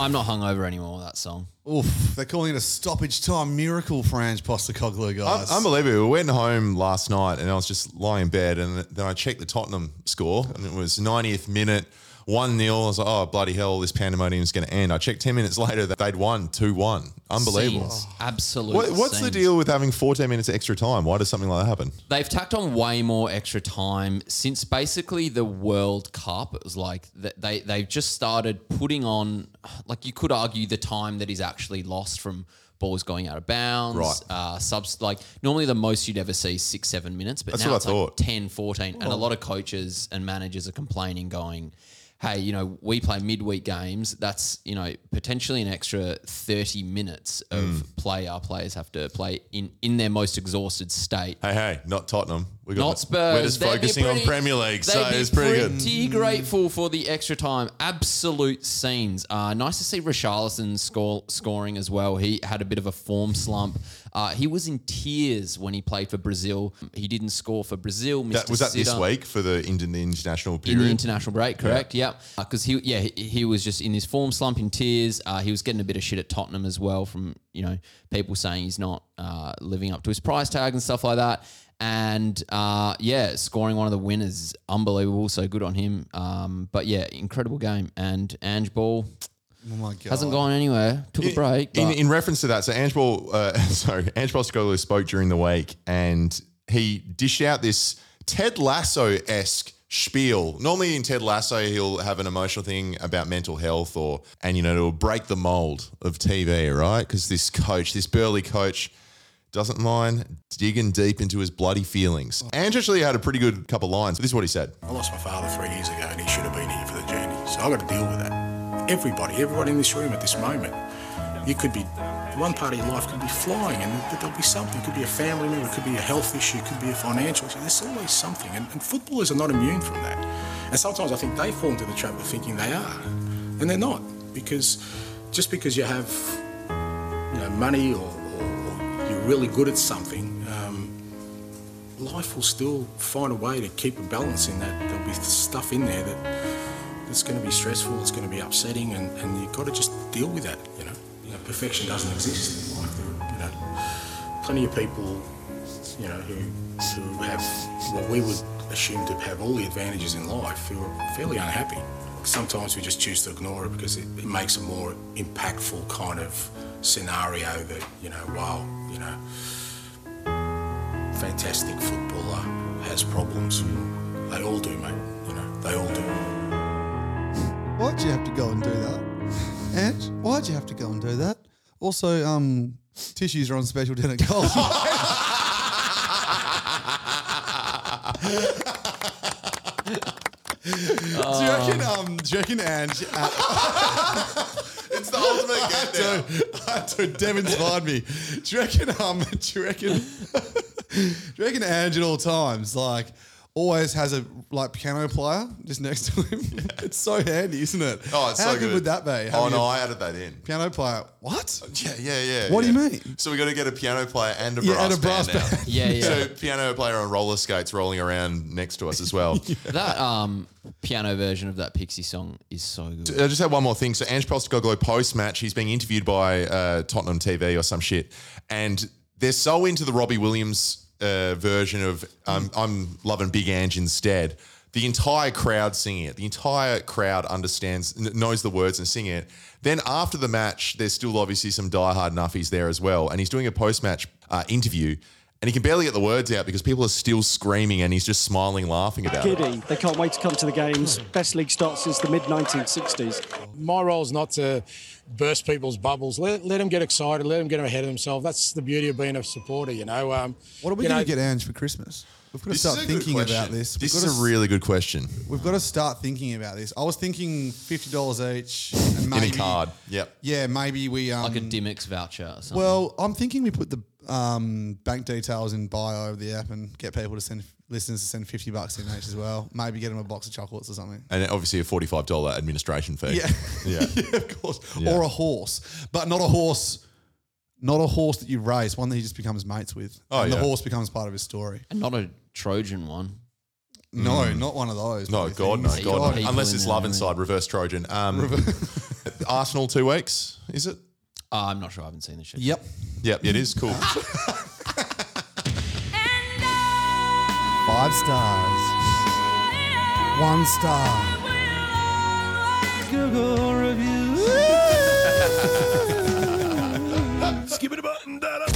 I'm not hungover anymore with that song.
Oof, they're calling it a stoppage time miracle, Franz Postacoglu,
Un-
guys.
unbelievable. We went home last night and I was just lying in bed and then I checked the Tottenham score and it was 90th minute, 1 0. I was like, oh, bloody hell, this pandemonium's going to end. I checked 10 minutes later that they'd won 2 1. Unbelievable.
Scenes. Absolute.
What, what's the
scenes.
deal with having 14 minutes extra time? Why does something like that happen?
They've tacked on way more extra time since basically the World Cup. It was like th- they they've just started putting on, like you could argue the time that is actually lost from balls going out of bounds.
Right.
Uh, subs like normally the most you'd ever see is six seven minutes, but
That's
now
what I
it's like
thought.
10, 14. and a
Well-
lot of coaches and managers are complaining, going, "Hey, you know, we play midweek games. That's you know potentially an extra thirty minutes of
Mm.
play our players have to play in in their most exhausted state."
Hey, hey, not Tottenham. We
Not Spurs.
We're just
They'd be
focusing on
pretty-
Premier League,
they'd
so
be
it's pretty,
pretty
good.
grateful for the extra time. Absolute scenes. Uh, nice to see Richarlison score, scoring as well. He had a bit of a form slump. Uh, he was in tears when he played for Brazil. He didn't score for Brazil. Missed
That, was
a
that this
sitter
week for the, in, the international
in
period?
the international break, correct? Yeah, because he, yeah, he, he was just in this form slump, in tears. Uh, he was getting a bit of shit at Tottenham as well from you know people saying he's not uh, living up to his price tag and stuff like that. And uh, yeah, scoring one of the winners, is unbelievable. So good on him. Um, but yeah, incredible game. And Ange Ball
Oh my God.
hasn't gone anywhere. Took a
In-
break.
In,
but-
in reference to that, so Ange Ball, uh, [laughs] sorry, Ange Postecoglou spoke during the week and he dished out this Ted Lasso esque spiel. Normally in Ted Lasso, he'll have an emotional thing about mental health or, and you know, it'll break the mold of TV, right? Because this coach, this burly coach, doesn't mind digging deep into his bloody feelings. Ange actually had a pretty good couple lines. This is what he said. [laughs]
I lost my father three years ago and he should have been here for the journey. So I've got to deal with that. Everybody, everybody in this room at this moment, you could be, one part of your life could be flying and th- there'll be something. It could be a family member, it could be a health issue, it could be a financial issue. There's always something. And, and footballers are not immune from that. And sometimes I think they fall into the trap of thinking they are. And they're not. Because just because you have you know, money or, or, or you're really good at something, um, life will still find a way to keep a balance in that. There'll be stuff in there that that's going to be stressful, it's going to be upsetting, and, and you've got to just deal with that. You know, you know perfection doesn't exist. Like there, you know, plenty of people, you know, who who have what we would assume to have all the advantages in life, who are fairly unhappy. Sometimes we just choose to ignore it because it, it makes a more impactful kind of scenario that you know, wow, you know fantastic footballer has problems. They all do, mate. You know, they all do.
Why'd you have to go and do that? And why'd you have to go and do that? Also, um, tissues are on special [laughs] down at Coles.
[laughs]
do you reckon? Um, do you reckon Ange? uh,
[laughs] it's the ultimate
[laughs]
get down.
Dude, Devin's fired me. Do you reckon? Um, [laughs] do you reckon? do you reckon Ange at all times like always has a like piano player just next to him? [laughs] It's so handy, isn't it?
Oh, it's
How
so
good,
good.
would that be?
Oh,
having
no,
a
I Uh, added that in.
piano player. What?
[laughs] Yeah, yeah, yeah.
What do you
yeah.
mean?
So we got to get a piano player and a
Yeah,
brass,
and a brass
band,
band. [laughs]
out.
Yeah, yeah.
So piano player on roller skates rolling around next to us as
[laughs]
well.
that um, piano version of that Pixie song is so good.
I just had one more thing. So Ange Postecoglou post match, he's being interviewed by uh, Tottenham TV or some shit, and they're so into the Robbie Williams uh, version of um, "I'm loving Big Ange instead." The entire crowd singing it. The entire crowd understands, kn- knows the words and singing it. Then after the match, there's still obviously some diehard nuffies there as well, and he's doing a post match uh, interview. And he can barely get the words out because people are still screaming and he's just smiling, laughing about it.
Giddy. They can't wait to come to the games. Best league start since the mid 1960s.
My role's not to burst people's bubbles. Let, let them get excited. Let them get ahead of themselves. That's the beauty of being a supporter, you know. Um,
What are we
you
going
know,
to get Ange for Christmas? We've got to
This
start
is a good
thinking about
question.
this. We've
This
got
is
to
a really good question.
We've got to start thinking about this. I was thinking fifty dollars each, and
In
maybe
a card. Yep.
yeah, maybe we um,
like a Dimmicks voucher or something.
Well, I'm thinking we put the um, bank details in bio of the app and get people to send listeners to send fifty bucks in each as well. Maybe get them a box of chocolates or something. [laughs]
And obviously a forty-five dollar administration fee.
Yeah.
yeah.
[laughs] yeah, of course.
Yeah.
Or a horse, but not a horse, not a horse that you race. One that he just becomes mates with.
Oh,
and
yeah.
the horse becomes part of his story.
And not a Trojan one.
No,
Mm.
not one of those.
No,
probably
God, no,
things.
God, no. Unless it's love inside reverse Trojan. Um, [laughs] Arsenal two weeks, is it?
Uh, I'm not sure. I haven't seen the shit.
Yep.
Yep, it is
[laughs]
cool.
Five stars. One star.
Google reviews.
Skip it a button, Dada.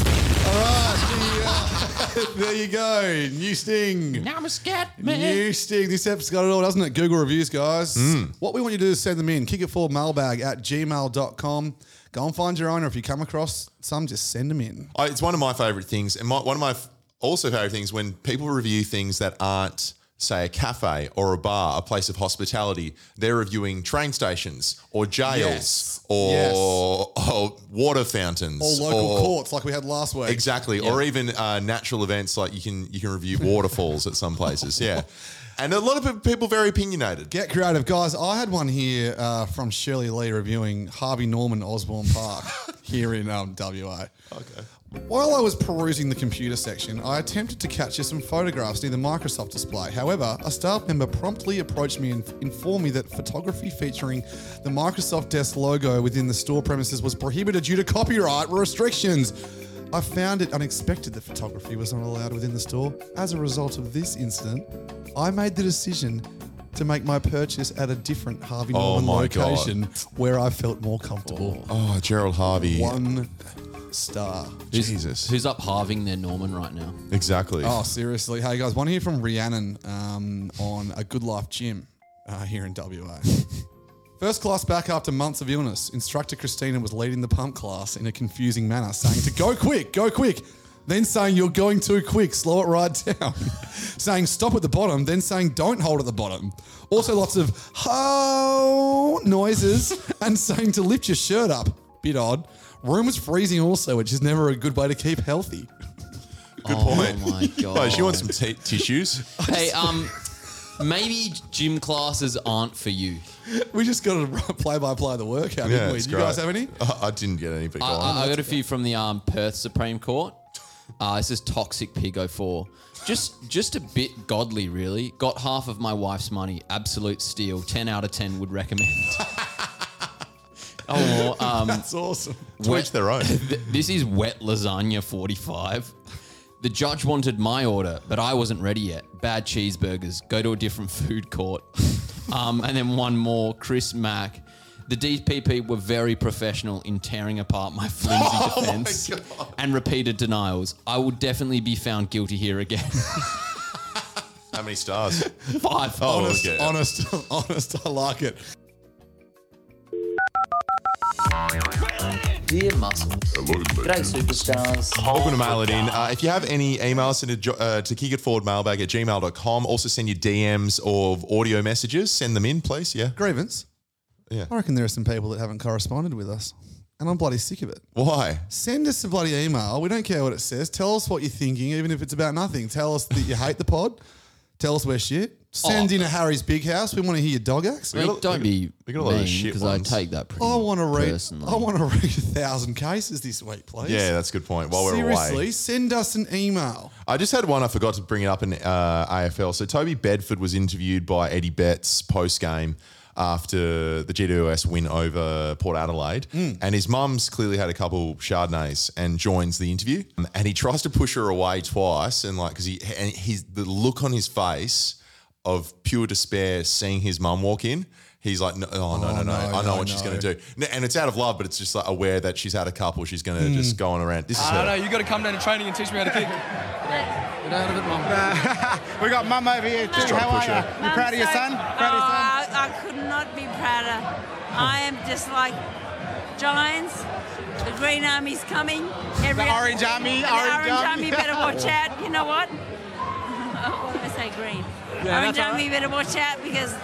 there you go. New sting.
Now I'm a scat
New sting. This app's got it all, doesn't it? Google reviews, guys. What we want you to do is send them in. Kick it forward mailbag at gmail.com. Go and find your own, or if you come across some, just send them in.
I, it's one of my favorite things, and my, one of my f- also favorite things when people review things that aren't, say, a cafe or a bar, a place of hospitality. They're reviewing train stations or jails
Yes.
Or,
Yes.
or water fountains
Or local courts like we had last week.
Exactly, or even uh, natural events like you can you can review waterfalls at some places. Yeah, and a lot of people very opinionated.
Get creative, guys. I had one here uh, from Shirley Lee reviewing Harvey Norman Osborne Park here in um, WA. Okay. While I was perusing the computer section, I attempted to capture some photographs near the Microsoft display. However, a staff member promptly approached me and informed me that photography featuring the Microsoft desk logo within the store premises was prohibited due to copyright restrictions. I found it unexpected that photography was not allowed within the store. As a result of this incident, I made the decision to make my purchase at a different Harvey
Oh
Norman
my God.
location where I felt more comfortable.
Oh, Gerald Harvey.
One star.
Jesus.
Who's up halving their Norman right now?
Exactly.
Oh, seriously. Hey, guys, one here from Rhiannon um, on a Good Life Gym uh, here in WA. First class back after months of illness. Instructor Christina was leading the pump class in a confusing manner, saying to go quick, go quick, then saying you're going too quick, slow it right down, [laughs] saying stop at the bottom, then saying don't hold at the bottom. Also, lots of ho noises and saying to lift your shirt up. Bit odd. Room was freezing also, which is never a good way to keep healthy.
Good point. Oh my [laughs] god. she wants some t- tissues.
Hey, um, maybe gym classes aren't for you.
We just got to [laughs] play by play the workout,
Yeah,
didn't we?
it's
Do you guys
great.
have any?
I, I didn't get any, but go
I,
on.
I, I got a few from the um, Perth Supreme Court. Uh, this is toxic pig 04. Just just a bit godly, really. Got half of my wife's money. Absolute steal. Ten out of ten would recommend. [laughs] oh, um,
that's awesome.
To each their
[laughs]
own.
this is wet lasagna forty five. The judge wanted my order, but I wasn't ready yet. Bad cheeseburgers. Go to a different [laughs] food court. Um, and then one more, Chris Mack. The DPP were very professional in tearing apart my [laughs] flimsy
Oh my
defense and repeated denials. I will definitely be found guilty here again. [laughs]
How many stars?
Five.
Oh,
honest, honest, [laughs] honest. I like it.
Dear Muscles. G'day, superstars.
Welcome to Mail It In. Uh, if you have any emails, send it jo- uh, to kickitforwardmailbag at gmail.com. Also send your DMs or audio messages. Send them in, please. Yeah.
Grievance.
Yeah.
I reckon there are some people that haven't corresponded with us, and I'm bloody sick of it.
Why?
Send us a bloody email. We don't care what it says. Tell us what you're thinking, even if it's about nothing. Tell us that
[laughs]
you hate the pod. Tell us we're shit. Send
Oh.
in a Harry's big house. We want to hear your dog acts.
Mate, don't be mean because I take that pretty
I want to read. Oh.
personally.
I want to read a thousand cases this week, please.
Yeah, that's a good point. While we're away.
seriously, send us an email.
I just had one. I forgot to bring it up in uh, AFL. So Toby Bedford was interviewed by Eddie Betts post game after the GWS win over Port Adelaide, and his mum's clearly had a couple chardonnays and joins the interview, and he tries to push her away twice, and like because he and he's the look on his face of pure despair seeing his mum walk in. He's like, no, oh, no, no, no, I know
no,
what she's
no.
going to do. No, And it's out of love, but it's just like aware that she's had a couple. She's going to
Mm.
just go on around. This is
I
her.
don't know. You got to come down to training and teach me how to kick. Get out of it, mum. we got mum over here
Just trying to push her.
I'm
proud of your son? Proud of your
oh, I, I could not be prouder. I am just like Giants. The Green Army's coming. Every
The Orange Army,
The
Orange
Orange
Army.
Army better watch out. You
[laughs]
know what? Why did I say green?
Yeah,
Orange
that's all
Army better watch out because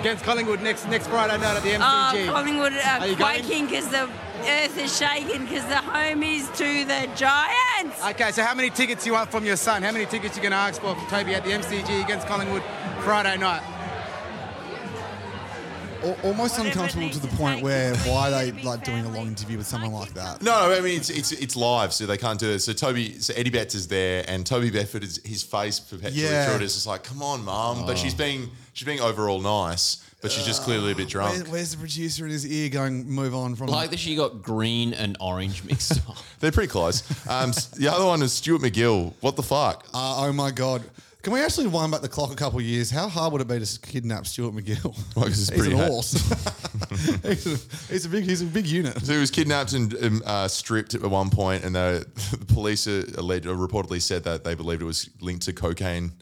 against Collingwood next next Friday night at the
Oh,
MCG.
Collingwood
Are
are
you going?
quaking because the earth is shaking because the homies to the Giants.
Okay, so how many tickets you want from your son? How many tickets you going to ask for from Toby at the MCG against Collingwood Friday night?
Al- almost uncomfortable to the point where why are they like doing a long interview with someone like that?
No, I mean it's it's it's live, so they can't do it. So Toby, so Eddie Betts is there, and Toby Bedford is his face perpetually
Yeah.
through it is just like, come on, mum. But
Oh.
she's being she's being overall nice, but she's just clearly a bit
Uh, Where,
drunk.
where's the producer in his ear going? Move on from
Like
that she got green and orange mixed up.
They're pretty close. Um, s- the other one is Stuart McGill. What the fuck?
Uh, oh my god. Can we actually wind back the clock a couple of years? How hard would it be to kidnap Stuart [laughs] McGill?
Well, 'cause it's
he's
pretty
an
hard.
horse. [laughs] he's, a, he's a big he's a big unit.
So he was kidnapped and um, uh, stripped at one point, and uh, [laughs] the police uh, alleged, uh, reportedly said that they believed it was linked to cocaine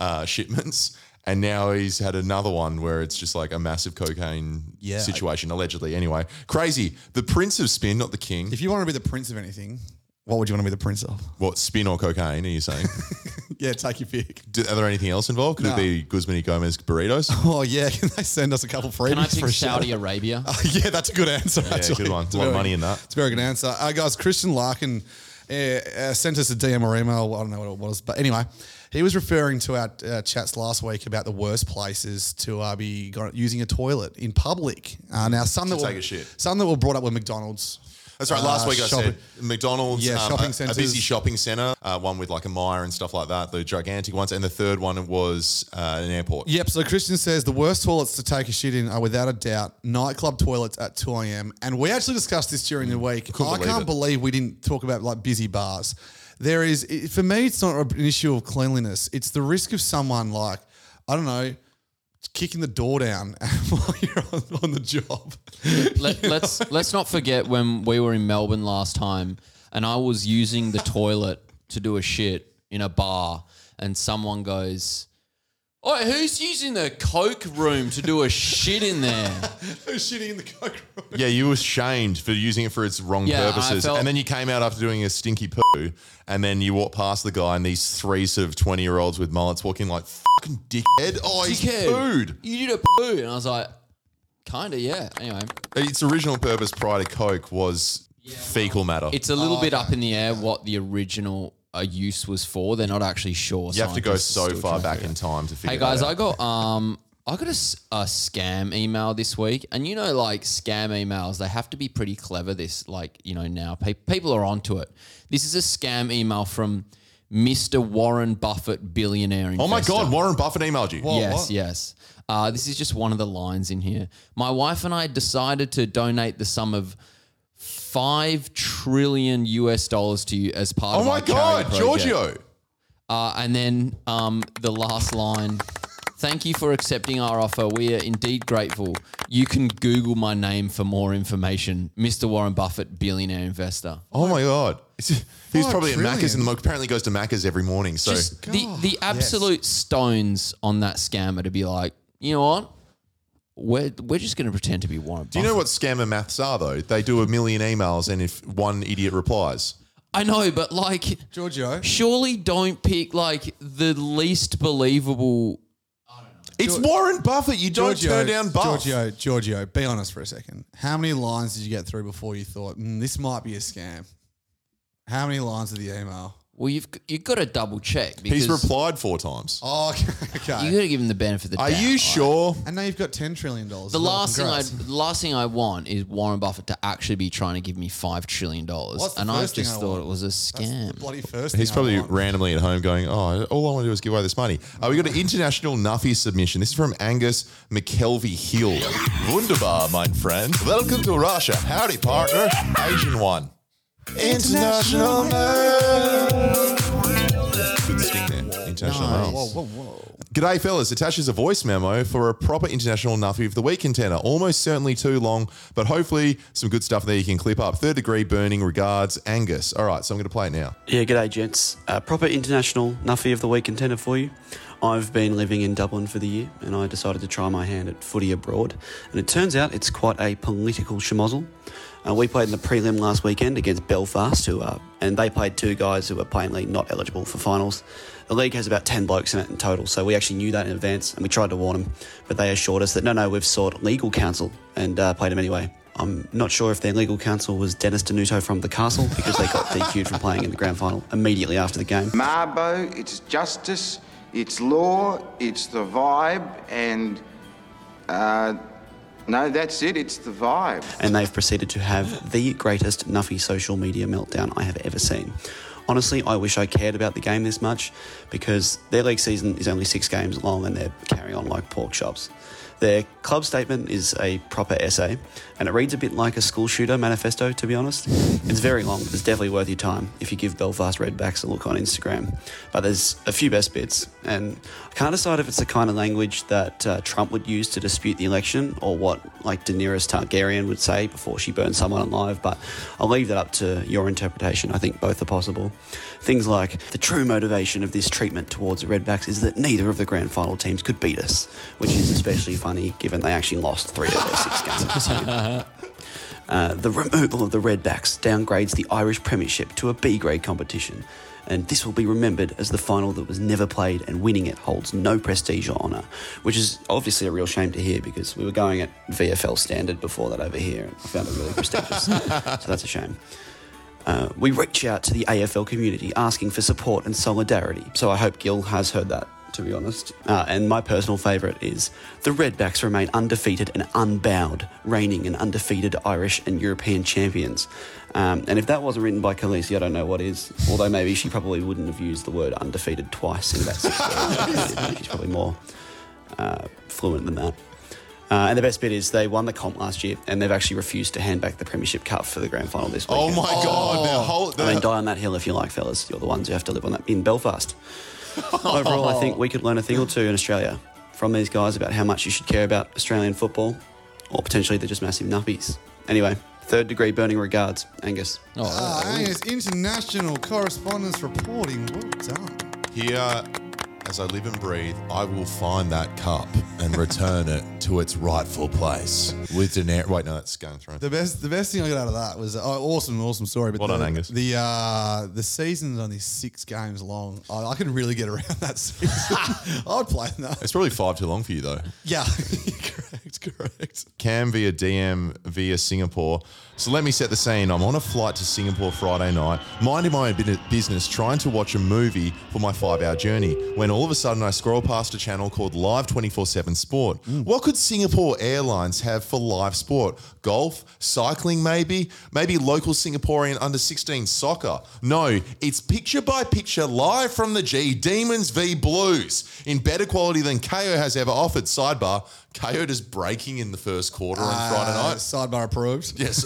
uh, shipments. And now he's had another one where it's just like a massive cocaine
Yeah.
situation, allegedly. Anyway, crazy. The prince of spin, not the king.
If you want to be the prince of anything, what would you want to be the prince of?
What spin or cocaine? Are you
[laughs]
saying?
yeah, take your pick.
Do, are there anything else involved? Could
No.
it be Guzman y Gomez burritos?
Oh yeah, [laughs] can they send us a couple freebies
Can I pick
for a show?
Saudi Arabia?
Oh, [laughs] yeah, that's a good answer.
Yeah,
actually.
good one.
It's
A lot of
very-
money in that.
It's a very good answer, uh, guys. Christian Larkin uh, uh, sent us a DM or email. I don't know what it was, but anyway, he was referring to our uh, chats last week about the worst places to uh, be go- using a toilet in public. Uh, now, some
To
that were,
take a shit.
some that were brought up were McDonald's.
That's right. Last
uh,
week I
shopping-
said McDonald's,
Yeah,
um,
shopping
a- a,
centres.
busy shopping center, uh, one with like a mire and stuff like that, the gigantic ones, and the third one was uh, an airport.
Yep. So Christian says the worst toilets to take a shit in are without a doubt nightclub toilets at 2 a.m. And we actually discussed this during the week.
Mm, Couldn't
I
believe
can't
it.
believe we didn't talk about like busy bars. There is it- for me, it's not an issue of cleanliness. It's the risk of someone like I don't know kicking the door down [laughs] while you're on, on the job.
[laughs]
Let, let's let's not forget when we were in Melbourne last time, and I was using the toilet to do a shit in a bar, and someone goes, "Oh, who's using the coke room to do a shit
[laughs]
in there?"
Who's [laughs] shitting in the coke room?
Yeah, you were shamed for using it for its wrong
Yeah, I
purposes,
felt-
and then you came out after doing a stinky poo, and then you walk past the guy, and these three sort of twenty-year-olds with mullets walking like fucking dickhead. Oh, he's
Dickhead,
pooed.
You did a poo, and I was like, "Kinda, yeah." Anyway,
Its original purpose prior to coke was fecal matter.
it's a little bit up in the air what the original uh, use was for. They're not actually sure.
You have to go
Scientists are
so
still
far
trying to
back in time to figure.
Hey guys,
that out.
I got um, I got a, s- a scam email this week, and you know, like scam emails, they have to be pretty clever. This, like, you know, now pe- people are onto it. This is a scam email from Mr. Warren Buffett, billionaire.
Oh my
investor.
God, Warren Buffett emailed you.
yes, yes. Uh, this is just one of the lines in here. My wife and I decided to donate the sum of five trillion US dollars to you as part
Oh
of
my
our charity
God,
project.
Giorgio.
Uh, and then um, the last line. Thank you for accepting our offer. We are indeed grateful. You can Google my name for more information. Mr. Warren Buffett, billionaire investor.
Oh my god, It's- he's
Five
probably at Macca's in
trillion.
the morning. Apparently, goes to Macca's every morning. So
Just the, the absolute stones on that scammer to be like, you know what? We're, we're just going to pretend to be Warren
do you know what scammer maths are though? They do a million emails, and if one idiot replies,
I know, but like
Giorgio,
surely don't pick like the least believable.
It's Warren Buffett. You don't turn down Buff.
Giorgio, Giorgio, be honest for a second. How many lines did you get through before you thought mm, this might be a scam? How many lines of the email?
Well, you've you've got to double check.
he's replied four times.
Oh, [laughs] okay.
You got to give him the benefit of the
Are
doubt,
you
right?
sure?
And now you've got ten trillion dollars.
The last thing I the last thing I want is Warren Buffett to actually be trying to give me five trillion dollars,
What's the
and I
first thing
just
I
thought
want?
it was a scam.
[laughs] bloody first.
He's
thing I
probably
want.
randomly at home going, "Oh, all I want to do is give away this money." Uh, we got an international Nuffy submission. This is from Angus McKelvey Hill. Wunderbar, my friend. Welcome to Russia. Howdy, partner. Asian one. International Good sting there. International
Nice.
mail.
Whoa, whoa, whoa.
G'day, fellas. Attaches a voice memo for a proper international Nuffy of the Week contender. Almost certainly too long, but hopefully some good stuff there you can clip up. Third degree burning regards, Angus. All right, so I'm going to play it now.
Yeah, g'day, gents. Uh, proper international Nuffy of the Week contender for you. I've been living in Dublin for the year and I decided to try my hand at footy abroad. And it turns out it's quite a political schmozzle. Uh, we played in the prelim last weekend against Belfast, who uh, and they played two guys who were plainly not eligible for finals. The league has about ten blokes in it in total, so we actually knew that in advance, and we tried to warn them, but they assured us that no, no, we've sought legal counsel and uh, played them anyway. I'm not sure if their legal counsel was Dennis Denuto from the Castle because they got DQ'd from playing in the grand final immediately after the game.
Marbo, it's justice, it's law, it's the vibe, and uh, no, that's it. It's the vibe.
and they've proceeded to have the greatest Nuffy social media meltdown I have ever seen. Honestly, I wish I cared about the game this much because their league season is only six games long and they're carrying on like pork chops. Their club statement is a proper essay and it reads a bit like a school shooter manifesto, to be honest. It's very long, but it's definitely worth your time if you give Belfast Redbacks a look on Instagram. But there's a few best bits, and I can't decide if it's the kind of language that uh, Trump would use to dispute the election or what, like, Daenerys Targaryen would say before she burned someone alive, but I'll leave that up to your interpretation. I think both are possible. Things like the true motivation of this treatment towards the Redbacks is that neither of the grand final teams could beat us, which is especially funny given they actually lost three of their six games. So, uh, the removal of the Redbacks downgrades the Irish Premiership to a B grade competition, and this will be remembered as the final that was never played, and winning it holds no prestige or honour, which is obviously a real shame to hear because we were going at VFL standard before that over here, and I found it really prestigious. so that's a shame. Uh, we reach out to the AFL community asking for support and solidarity. So I hope Gil has heard that, to be honest. Uh, and my personal favourite is the Redbacks remain undefeated and unbowed, reigning and undefeated Irish and European champions. Um, and if that wasn't written by Khaleesi, I don't know what is. Although maybe she probably wouldn't have used the word undefeated twice in about six words. She's probably more uh, fluent than that. Uh, and the best bit is they won the comp last year, and they've actually refused to hand back the premiership cup for the grand final this week.
Oh my God, now hold-
I mean, die on that hill if you like, fellas. You're the ones who have to live on that in Belfast. Overall, I think we could learn a thing or two in Australia from these guys about how much you should care about Australian football, or potentially they're just massive nuppies. Anyway, third degree burning regards, Angus.
Oh,
Ah, Angus, international correspondence reporting. Well done.
Here, as I live and breathe, I will find that cup and return it to its rightful place with Daenerys. Wait, no, that's Game of Thrones.
The best, the best thing I got out of that was uh, awesome, awesome story. But
Well
the,
done, Angus.
The uh, the season's only six games long. I, I can really get around [laughs] that season. I'd play that.
It's probably five too long for you though.
Yeah, [laughs] correct, correct.
Cam via DM via Singapore. So let me set the scene. I'm on a flight to Singapore Friday night, minding my own bit- business, trying to watch a movie for my five hour journey, when all of a sudden I scroll past a channel called Live 24 7 Sport.
Mm.
What could Singapore Airlines have for live sport? Golf? Cycling, maybe? Maybe local Singaporean under 16 soccer? No, it's picture by picture live from the G Demons v Blues in better quality than KO has ever offered. Sidebar. KO just breaking in the first quarter on Friday
[laughs] Uh,
night.
Sidebar approved.
Yes.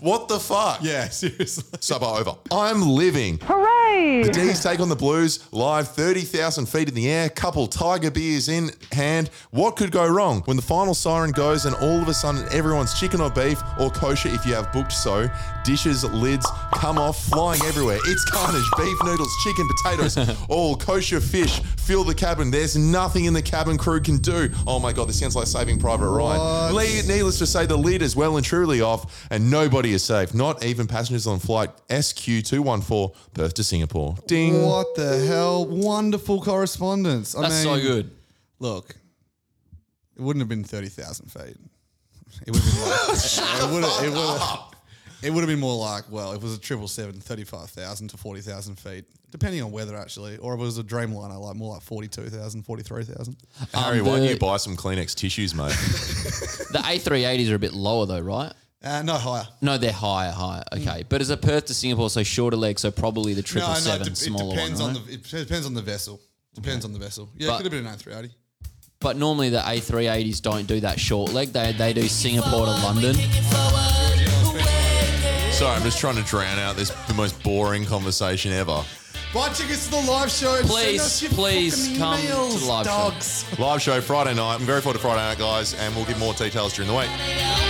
what the fuck?
Yeah, [laughs] seriously.
Sub over. I'm living.
Hooray!
The D's take on the Blues live 30,000 feet in the air, couple Tiger beers in hand. What could go wrong when the final siren goes and all of a sudden everyone's chicken or beef or kosher if you have booked so? Dishes, lids come off, flying everywhere. It's carnage. Beef noodles, chicken,
[laughs]
potatoes, all kosher fish fill the cabin. There's nothing in the cabin crew can do. Oh my God, this sounds like Saving Private Ryan.
What?
Le- Needless to say, the lid is well and truly off, and nobody is safe, not even passengers on flight SQ214, Perth to Singapore. Ding.
What the hell? Wonderful correspondence. I
That's so
mean,
good.
Look, it wouldn't have been 30,000 feet. It would have been
[laughs]
like, it would have, it would have, it would have been more like, well, if it was a 777, 35,000 to 40,000 feet, depending on weather actually, or if it was a Dreamliner, like more like 42,000, 43,000.
Harry, why don't you buy some Kleenex tissues, mate? [laughs]
The A380s are a bit lower though, right?
Uh, no higher.
No, they're higher, higher. Okay, but as a Perth to Singapore, so shorter leg, so probably the triple
Hmm. it
seven,
de-
smaller
it depends
one.
on
right?
the, it depends on the vessel. Depends on the vessel. Yeah,
But-
it could have been an 380.
but normally the A380s don't do that short leg. They they do Singapore to London.
Sorry, I'm just trying to drown out this the most boring conversation ever.
Buy tickets to the live show. and send
Please,
us your
please
fucking
come to the
emails,
live show.
dogs.
Live show Friday night. I'm very forward to Friday night, guys, and we'll give more details during the week.